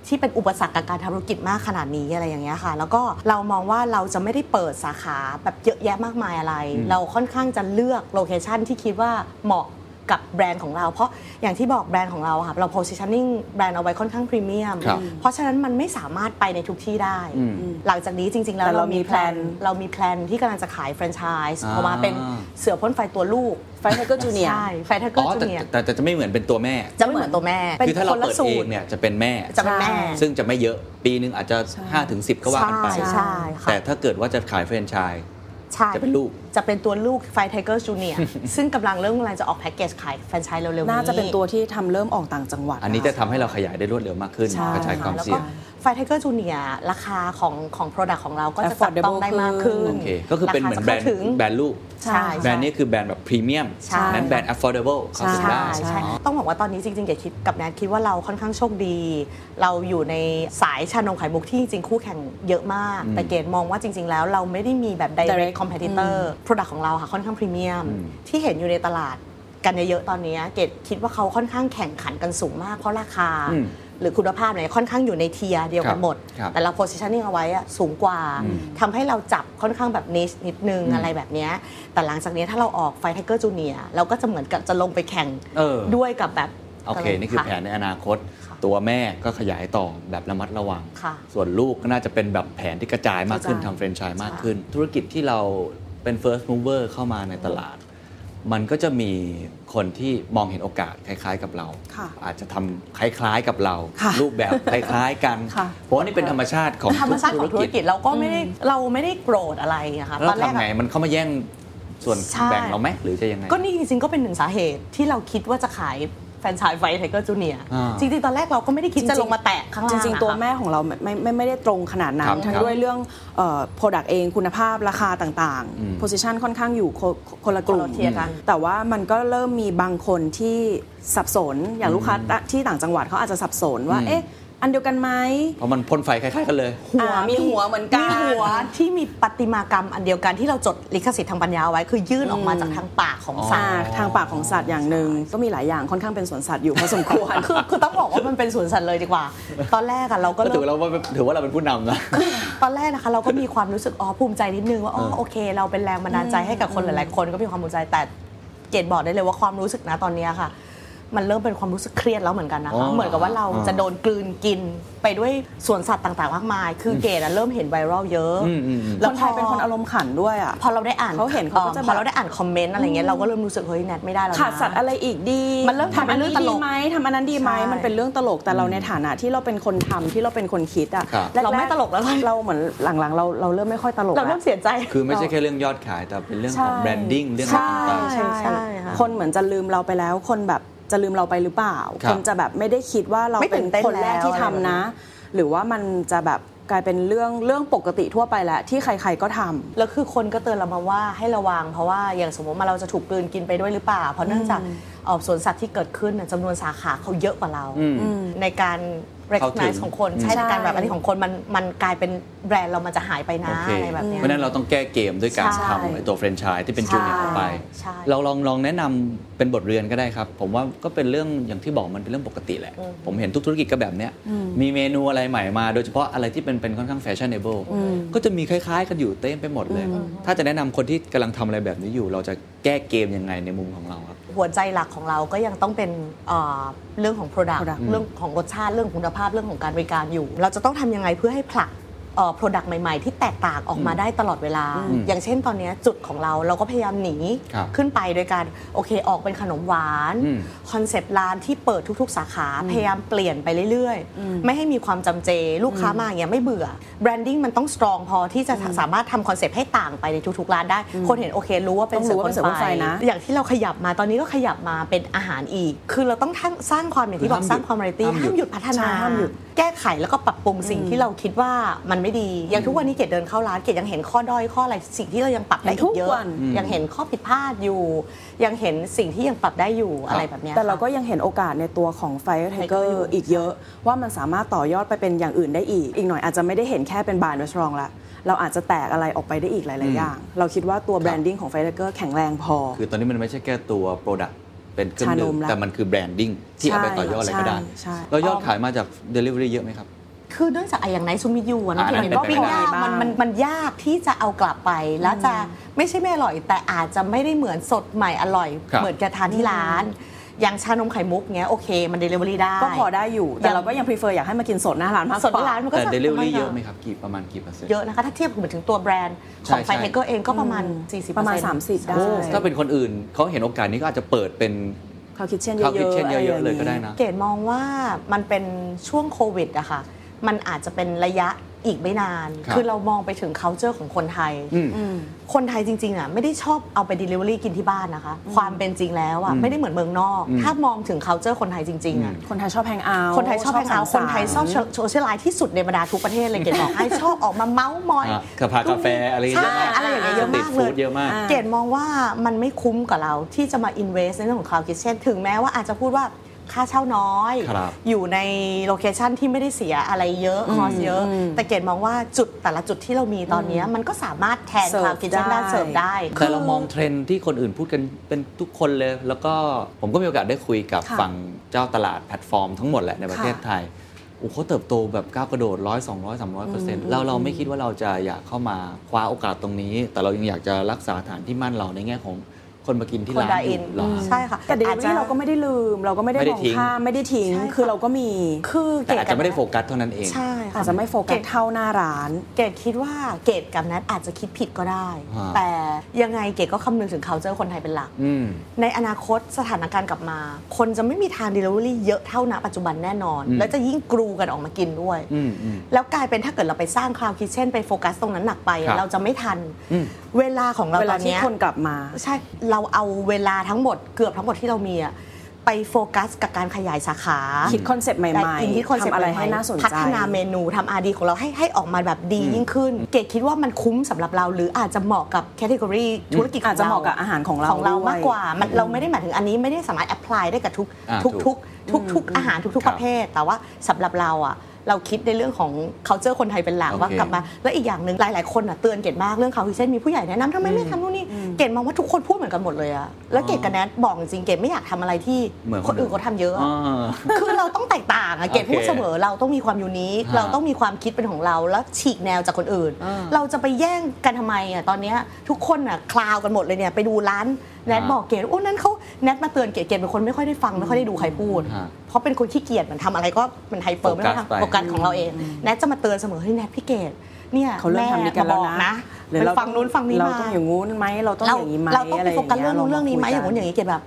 S1: ที่เป็นอุปสรรคกับการทำธุรกิจมากขนาดนี้อะไรอย่างเงี้ยค่ะ แล้วก็เรามองว่าเราจะไม่ได้เปิดสาขาแบบเยอะแยะมากมายอะไร เราค่อนข้างจะเลือกโลเคชันที่คิดว่าเหมาะ กับแบรนด์ของเรา เพราะอย่างที่บอกแบรนด์ของเราอะค่ะเรา positioning แบรนด์เอาไว้ค่อนข้างพรีเมียม
S2: ครับ
S1: เพราะฉะนั้นมันไม่สามารถไปในทุกที่ได้
S2: อืม
S1: หลังจากนี้จริง ๆ แล้ว
S3: แต่เรา
S1: เรา
S3: มี
S1: มี
S3: แพ
S1: แพ
S3: ล
S1: ล
S3: น
S1: นเรามีแพลนที่กำลังจะขายแฟรนไชส์
S2: อ่า
S1: ออกมาเป็นเสือพ่นไฟตัวลูก
S3: ไฟไทเกอร์จูเนีย
S1: ใช่ไฟทักเกอ
S2: อ๋อ
S1: ร์จู
S2: แต่
S1: เนียร์
S2: แต่แต่จะไม่เหมือนเป็นตัวแม่
S1: จะไม่เหมือนตัวแม่
S2: คือถ้าเรา
S1: ละ
S2: เปิด
S1: สู
S2: เอ
S1: ต
S2: ง
S1: ร
S2: เนี่ยจะเป็นแม่
S1: จะเป็นแม่
S2: ซึ่งจะไม่เยอะปีหนึงอาจจะ 5 ถึง 10 ก็ว่ากันไป
S1: ใช่ใช่ค่ะ
S2: แต่ถ้าเกิดว่าจะขายแฟรนไชส์
S1: ใช่
S2: จะเป็นลูก
S1: จะเป็นตัวลูกไฟไทเกอร์จูเนี ยร์ ซึ่งกำลังเริ่มกำลังจะออกแพ็กเกจขายแฟรนไชส์เร็วๆนี้
S3: น่าจะเป็นตัวที่ทำเริ่มออกต่างจังหวัด
S2: อันนี้จะทำให้เราขยายได้รวดเร็วมากขึ้น
S3: ใช่
S2: กระจายความ
S1: แล้ว
S2: เสี่
S1: ก็
S2: ยง
S1: ไฟไทเกอร์จูเนียราคาของของ Product ของเราก็จะจับ
S3: Affordable
S1: ต้องได้มากขึ้น
S3: ขึ้น
S2: โอเคก็คือเป็นเหมือนแบรนด์
S1: าคาจะข้าถึง
S2: แบรนด์ลูก
S1: ใช่
S2: แบรนด์นี้คือแบรนด์แบบพรีเมียม
S1: ใช่
S2: นั้นแบรนด์ affordable เข้าถึง
S1: ใช่
S2: ได้
S1: ใช่ ต้องบอกว่าตอนนี้จริงๆอย่าคิดกับแนทคิดว่าเราค่อนข้างโชคดี เราอยู่ในสายชานมไข่มุกที่จริงๆคู่แข่งเยอะมาก แต่เกดมองว่าจริง ๆ แล้วเราไม่ได้มีแบบ
S3: Direct
S1: direct competitor product ของเราค่ะค่อนข้างพรีเมียมที่เห็นอยู่ในตลาดกันเยอะๆตอนนี้เกดคิดว่าเขาค่อนข้างแข่งขันกันสูงมากเพราะราคา
S2: อืม
S1: หรือคุณภาพเนี่ยค่อนข้างอยู่ในเทียร์เดียวกันหมด
S2: ครับ
S1: แต่เรา positioning เอาไว้อะสูงกว่าทำให้เราจับค่อนข้างแบบ niche นิดนึงอะไรแบบเนี้ยแต่หลังจากนี้ถ้าเราออกไฟไทเกอร์จูเนียเราก็จะเหมือนกับจะลงไปแข่ง
S2: เออ
S1: ด้วยกับแบบ
S2: โอเค นี่คือแผน
S1: น
S2: ในอนาคต ตัวแม่ก็ขยายต่อแบบระมัดระวัง
S1: ค่ะ
S2: ส่วนลูกก็น่าจะเป็นแบบแผนที่กระจายมากขึ้น
S3: กระจาย
S2: ทำแฟรนไชส์มากขึ้น ธุรกิจที่เราเป็น first mover เข้ามาในตลาด มันก็จะมีคนที่มองเห็นโอกาสคล้ายๆกับเรา
S3: ค่ะ
S2: อาจจะทำคล้ายๆกับเรา
S3: ค่ะ
S2: รูป แบบคล้ายๆกัน
S3: ค่ะ
S2: เพราะว่านี่เป็นธรรมชาติของ
S1: ธรรมชาติของธุรกิจเราก็ไม่ได้เราไม่ได้โกรธอะไรนะคะ
S2: แล้ว
S1: ต
S2: เรา
S1: อนแรก
S2: ทำไง
S1: อะ
S2: มันเข้ามาแย่งส่วน
S1: ใช่
S2: แบ่งเราไหมหรือจะยังไง
S1: ก็นี่จริงๆก็เป็นหนึ่งสาเหตุที่เราคิดว่าจะขายแฟรนไชส์ไฟไทเกอร์จูเนีย
S2: อ่า
S1: จริงๆ ตอนแรกเราก็ไม่ได้คิดจะลงมาแตะข้างล่าง
S3: จริง
S1: อะ
S3: ๆ ตัว
S1: ค่ะ
S3: แม่ของเราไม่ไมไม่ไม่ได้ตรงขนาดนั้
S2: ครั
S3: น
S2: บ
S3: ทั้ง
S2: ครับ
S3: ด้วยเรื่องเอ่อ product เองคุณภาพราคาต่าง
S2: อืม
S3: ๆ position ค่อนข้างอยู่คนคนละก
S1: ค
S3: ลุ่ม
S1: นละเทียร์กัน
S3: แต่ว่ามันก็เริ่มมีบางคนที่สับสนอย่างลูกค้าที่ต่างจังหวัดเขาอาจจะสับสนว่า
S2: อืม
S3: เอ๊ะอันเดียวกันไหม
S2: เพราะมันพ่นไฟคล้ายๆกันเลย
S1: หัว
S3: อ่ามีหัวเหมือนกัน
S1: มีหัวที่มีปฏิมากรรมอันเดียวกันที่เราจดลิขสิทธิ์ทางปัญญาไว้ คือยื่นออกมาจากทางปากของสัต
S3: อ่า
S1: ว์
S3: ทางปากของสัตว์อย่างหนึ่งก็มีหลายอย่างค่อนข้างเป็นสวนสัตว์อยู่พอสม ควร
S1: คือคือต้องบอกว่ามันเป็นสวนสัตว์เลยดีก ว่า ตอนแรกอะเราก็
S2: ก็
S1: เริ่
S2: ถื
S1: ม
S2: อว่าเราถือว่าเราเป็นผู้นำนะ
S1: ตอนแรกนะคะเราก็มีความรู้สึกอ๋อภูมิใจนิดนึงว่าอ๋อโอเค เราเป็นแรงบันดาลใจให้กับคนหลายๆ คนก็มีความภูมิใจแต่เกดบอกได้เลยว่าความรู้สึกนะตอนเนี้ยค่ะ มันเริ่มเป็นความรู้สึกเครียดแล้วเหมือนกันนะ
S2: อ๋
S1: คะ
S2: อ
S1: เหมือนกับว่าเรา
S2: อ่า
S1: จะโดนกลืนกินไปด้วยสวนสัตว์ต่างๆมากมาย คือเกดอะเริ่มเห็นไวรัลเยอะ
S2: อืมอืมอืม
S1: แล้
S3: ค
S1: วน พ
S3: ไทยเป็นคนอารมณ์ขันด้วยอ่ะ
S1: พอเราได้อ่าน
S3: เขาเห็นเขาก็จะ
S1: อ่อ
S3: แบบ
S1: พอเราได้อ่านคอมเมนต์อะไรเงี้ยเราก็เริ่มรู้สึกเฮ้ยแนทไม่ได้แล้วนะ
S3: ขาดสัตว์อะไรอีกดี
S1: มันเริ่ม
S3: ทำอัน
S1: เป็น
S3: นี้
S1: เรื่องตล
S3: ดี
S1: ก
S3: ไหมทำอันนั้นดีไหม
S1: ใช่
S3: มันเป็นเรื่องตลกแต่เราในฐานะที่เราเป็นคนทำที่เราเป็นคนคิดอ่ะ
S2: ครับ
S3: แกๆ
S1: เราไม่ตลกแล้ว
S3: เราเหมือนหลังๆ เราเราเริ่มไม่ค่อยตลก
S1: เราเริ่มเสียใจ
S2: คือไม่ใช่แค่เรื่องยอดขายแต่เป็นเรื่องของแบรนดิ้งเรื่องอะไร
S3: ใช่
S2: ต่าง
S1: ใช่
S3: ใช่
S1: ใช่ค่ะ
S3: คนเหมือนจะลืมเราไปแล้ว คนแบบจะลืมเราไปหรือเปล่า
S2: ครับ
S3: นจะแบบไม่ได้คิดว่าเราเป็นคนแรกที่ทำนะ หรือว่ามันจะแบบ กลายเป็นเรื่องเรื่องปกติทั่วไปแล้วที่ใครๆก็ทำ
S1: แล้วคือคนก็เตือนเรามาว่าให้ระวัง เพราะว่าอย่างสมมติมาเราจะถูกกลืนกินไปด้วยหรือเปล่า เพราะเนื่องจากเอ่อสวนสัตว์ที่เกิดขึ้นน่ะจำนวนสาขาเขาเยอะกว่าเรา ในการ
S2: เข้าถึ
S1: recognize
S2: ง
S1: ของคนใช่
S3: ใช่
S1: ในการแบบอันนี้ของคนมันมันกลายเป็นแบรนด์เรามันจะหายไปนะ
S2: โอเค
S1: อะไรแบบเนี้ย
S2: เพราะฉะนั้นเราต้องแก้เกมด้วยการ
S1: ใช่
S2: ทำไอ้ตัวแฟรนไชส์ที่เป็น
S1: ใช่
S2: จูเนียร์ออกไป
S1: ใช่
S2: เราลองลองแนะนำเป็นบทเรียนก็ได้ครับ ผมว่าก็เป็นเรื่องอย่างที่บอกมันเป็นเรื่องปกติแหละ ผมเห็นทุกธุรกิจก็แบบเนี้ยมีเมนูอะไรใหม่มา โดยเฉพาะอะไรที่เป็นเป็นค่อนข้างแฟชั่นเนเบิลก็จะมีคล้ายๆ กันอยู่เต็มไปหมดเลย ถ้าจะแนะนำคนที่กำลังทำอะไรแบบนี้อยู่ เราจะแก้เกมยังไงในมุมของเราครับ
S1: หัวใจหลักของเราก็ยังต้องเป็นเอ่อเรื่องของ Product
S3: Product
S1: เรื่องของรสชาติเรื่องคุณภาพเรื่องของการบริการอยู่ เราจะต้องทำยังไงเพื่อให้ผลักเอ่อ Product ใหม่ๆ ที่แตกต่างออกมาได้ตลอดเวลา อย่างเช่นตอนเนี้ยจุดของเราเราก็พยายามหนี
S2: ครับ
S1: ขึ้นไปโดยการโอเคออกเป็นขนมหวาน
S2: อืม
S1: คอนเซปต์ร้านที่เปิดทุกๆ สาขาพยายามเปลี่ยนไปเรื่อยๆ ไม่ให้มีความจำเจลูกค้ามาอย่างเงี้ยไม่เบื่อแบรนดิ้งมันต้องสตรองพอที่จะสามารถทำคอนเซปต์ให้ต่างไปในทุกๆร้านได้ คนเห็นโอเครู้ว่าเป็น
S3: ต้องรู้
S1: เสือค
S3: ว่าเป็น นเสือพ่นไฟ
S1: ไฟ
S3: นะ
S1: อย่างที่เราขยับมาตอนนี้ก็ขยับมาเป็นอาหารอีก คือเราต้องทั้งสร้างความอย่างที่บอก
S2: คือ
S1: ส
S2: ห้ามห
S1: ร้าง
S2: ยุด
S1: ความเรตี้
S2: ห้ามหยุด
S1: ห้ามหยุดพัฒนา
S3: ใช่ห้ามหยุด
S1: แก้ไขแล้วก็ปรับปรุงสิ่งที่เราคิดว่ามันไม่ดี อย่างทุกวันนี้เกดเดินเข้าร้านเกดยังเห็นข้อด้อยข้ออะไรสิ่งที่เรายังปรับได้อีกเย
S3: ทุกวั
S1: อะ
S3: น
S1: ยังเห็นข้อผิดพลาดอยู่ ยังเห็นสิ่งที่ยังปรับได้อยู่อะไรแบบนี้ย
S3: แต่เรา
S1: ค่ะ
S3: ก็ยังเห็นโอกาสในตัวของ Fire Tiger อีกเยอะ ว่ามันสามารถต่อยอดไปเป็นอย่างอื่นได้อีก อีกหน่อยอาจจะไม่ได้เห็นแค่เป็นบาร์นสตรองละเราอาจจะแตกอะไรออกไปได้อีกหลาย ๆ อย่าง เราคิดว่าตัวแบรนดิ้งของ Fire Tiger แข็งแรงพอ
S2: คือตอนนี้มันไม่ใช่แค่ตัว Product เป็นเครื่องดื่
S3: ชาน
S2: ม
S3: มละ
S2: แต่มันคือแบรนดิ้งที่เอาไปต่อยอดอะไรก็ได้
S3: ใช่ใช่
S2: เรายอดขายมาจาก Delivery เยอะไหมครับ
S1: คือเนื่องจากไอ้อย่างไนซูมิยูอะเนอะ
S2: อ่า
S1: ที่เห็นว่า
S2: เป็นไป
S1: ปิ้งย่าง
S3: ได้
S1: มัน
S3: บ้าง
S1: มันมันยากที่จะเอากลับไป แล้วจะไม่ใช่ไม่อร่อย แต่อาจจะไม่ได้เหมือนสดใหม่อร่อย
S2: ครับ
S1: เหมือนกับทานที่ร้าน อย่างชานมไข่มุกเงี้ยโอเค มันเดลิเวอรี่ได้
S3: ก็พอได้อยู่ แต่เราก็ยัง prefer อยากให้มากินสดหน้าร้านมากก
S1: สด
S3: ว่า
S1: ที่ร้านมันก็
S2: แต่
S1: จะ
S2: Delivery
S1: ป
S2: เย
S1: ร
S2: อะ
S1: มาณ
S2: ไหมครับกี่ประมาณกี่เปอร์เซ็นต์
S1: เยอะนะคะ ถ้าเทียบเหมือนถึงตัวแบรนด์ของ
S2: ใช่
S1: ไฟเทเกอร์เองก็ประมาณ 40
S3: ประมาณ 30 ได้
S2: โอ้ถ้าเป็นคนอื่นเขาเห็นโอกาสนี้ก็อาจจะเปิดเป็น
S3: เขาคิดเช่นเย
S2: คา
S3: อะ
S2: คิดเช่น
S3: ๆ
S2: เยอะๆเลยก็ได้
S3: อรางงี้
S2: นะ
S1: เกดมองว่ามันเป็นช่วงโควิดอะค่ะ มันอาจจะเป็นระยะอีกไม่นาน
S2: ครับ
S1: คือเรามองไปถึง c u เจอร์ของคนไทย
S2: อืม
S1: คนไทยจริงๆอ่ะไม่ได้ชอบเอาไป Delivery กินที่บ้านนะคะ ความเป็นจริงแล้วอ่ะไม่ได้เหมือนเมืองนอก ถ้ามองถึง c u เจอร์คนไทยจริงๆอ่ะ
S3: คนไทยชอบแฮงเอาท์
S1: คนไทยชอบแฮงเอาท์
S3: สั
S1: คน
S3: งสรร
S1: ไทยชอบโซเชียลไลน์ที่สุดในบรรดาทุกประเทศเลยเกด บอกให้ชอบออกมาเมาส์มอย
S2: อ่ะกับพากาแฟอะไรอย่างเงี้
S1: ใช่
S2: ย
S1: อะไรอย่างเงี้ยเยอะมาก
S2: สตรีทฟู้
S1: เล
S2: ดเยอะมาก
S1: เกดมองว่ามันไม่คุ้มกับเราที่จะมา invest ในเรื่องของ cloud kitchen ถึงแม้ว่าอาจจะพูดว่าค่าเช่าน้อย
S2: ครับ
S1: อยู่ในโลเคชันที่ไม่ได้เสียอะไรเยอะคอสเยอะ แต่เกดมองว่าจุดแต่ละจุดที่เรามีตอนเนี้ยมันก็สามารถแทน
S3: เสิร์ฟ
S1: cloud kitchen ได้
S3: ได้
S1: เสิร์ฟได้
S2: แต่เรามองเทรนด์ที่คนอื่นพูดกันเป็นทุกคนเลย แล้วก็ผมก็มีโอกาสได้คุยกับ
S3: ค่ะ
S2: ฝั่งเจ้าตลาดแพลตฟอร์มทั้งหมดแหละในประเทศไทยโอ้เขาเติบโตแบบก้าวกระโดดร้อยสองร้อยสามร้อยเปอร์เซ็นต์เราเราไม่คิดว่าเราจะอยากเข้ามาคว้าโอกาสตรงนี้ แต่เรายังอยากจะรักษาฐานที่มั่นเราในแง่ของคนมากินที่
S1: คน
S2: ร้าน
S1: ดา
S2: อ
S1: อิน
S2: ยู่เหรอ
S1: ใช่ค่ะ
S3: แต่เดี๋ยว
S1: อาจจะ
S3: นี้เราก็ไม่ได้ลืม เราก็ไม่ได้
S2: ไม่ได้
S3: มอง
S2: ทิ้ง
S3: ข้ามไม่ได้ทิ้ง
S1: ใช่ค่ะ
S3: คือเราก็มี
S1: คือเก
S2: แต่
S1: ด
S2: อาจ
S1: กั
S2: จะ
S1: บ
S2: ไม่ได้
S1: แท
S2: โฟกัสเท่านั้นเอง
S1: ใช่ค่
S3: อาจจะไม่โฟกัสเท่าหน้าร้าน
S1: เกดคิดว่าเกดกับแนทอาจจะคิดผิดก็ได้
S2: ฮะ
S1: แต่ยังไงเกดก็คำนึงถึง culture คนไทยเป็นหลัก
S2: อืม
S1: ในอนาคตสถานการณ์กลับมา คนจะไม่มีทาง delivery เยอะเท่านะปัจจุบันแน่นอน แล้วจะยิ่งกรูกันออกมากินด้วย
S2: อืมอืม
S1: แล้วกลายเป็นถ้าเกิดเราไปสร้างคลาวคิเช่นไปโฟกัสตรงนั้นหนักไปอะ
S2: ครับ
S1: เราจะไม่ทัน เวลาของเรา
S3: เว
S1: ตอ
S3: ลา
S1: น
S3: ที่
S1: เนี้ย
S3: คนกลับมา
S1: ใช่เราเอาเวลาทั้งหมดเกือบทั้งหมดที่เรามีอะไปโฟกัสกับการขยายสาขา
S3: คิดคอนเซปต์ใหม่
S1: ได้
S3: ๆ
S1: กินคิดคอนเซ็ปต์
S3: ทำอะไร
S1: ม่ๆ
S3: ให้น่าสนใจ
S1: พัฒนาเมนูทำอาดีของเราให้ให้ออกมาแบบดียิ่งขึ้น เกดคิดว่ามันคุ้มสำหรับเรา หรืออาจจะเหมาะกับแคตตากรีธุรกิจขงร
S3: อาจจะเหมาะกับอาหารของเรา
S1: ของเรา
S3: ด้วย
S1: มากกว่ามันเราไม่ได้หมายถึงอันนี้ไม่ได้สามารถแอพพลายได้กับทุก
S2: อ่า
S1: ทุก
S2: ถู
S1: ทุ
S2: ก
S1: กทุกทุกอาหารทุกๆ
S2: ครั
S1: ประ
S2: บ
S1: เภท แต่ว่าสำหรับเราอะเราคิดในเรื่องของ culture คนไทยเป็นหลัก
S2: โอเค
S1: ว่ากลับมา และอีกอย่างหนึ่งหลาย ๆ คนอ่ะเตือนเกดมากเรื่องเขาที่เช่นมีผู้ใหญ่แนะนำทำไมไม่ทำนู่นนี่เกดมองว่าทุกคนพูดเหมือนกันหมดเลยอะแล้วเกดกับแนทบอกจริงๆเกดไม่อยากทำอะไรที่
S2: เหมือน
S1: คนอื่นเขาทำเยอะอะ
S2: อ่า
S1: คือเราต้องแตกต่างอะเกด
S2: โอเค
S1: พูดเสมอเราต้องมีความยูนิค
S2: ฮะ
S1: เราต้องมีความคิดเป็นของเราแล้วฉีกแนวจากคนอื่น เราจะไปแย่งกันทำไมอะตอนเนี้ยทุกคนอะคลาวกันหมดเลยเนี่ยไปดูร้านแนท
S2: ฮะ
S1: บอกเกดโอ้นั่นเขาแนทมาเตือนเกดเกดเป็นคนไม่ค่อยได้ฟังไม่ค่อยได้ดูใครพูด
S2: ฮะ
S1: เพราะเป็นคนขี้เกียจมันทำอะไรก็มันไฮเปอร์ไม่ได้ทำ
S2: โฟกัสไป
S1: โฟกัสของเราเองแนทจะมาเตือนเสมอที่แนทพี่เกด เนี่ย
S3: เขาเริ่มทำดีกันแล้ว
S1: ม่มา
S3: นะ
S1: บอกนะ
S3: หรือเรา
S1: ไปฝั่งนู้นฝั่งนี้
S3: เรา
S1: มา
S3: ต้องอย่างงู้นไหมเราต้องอย่างนี้ไหม
S1: เราต้อง
S3: อะ
S1: ไป
S3: ไรอ
S1: โฟ
S3: ย่าง
S1: กัส
S3: เงี้ย
S1: เรื่องนู้นเรื่องนี้ไหมอย่า
S3: คุ
S1: งนู้นอย่างนี้เกดแบบ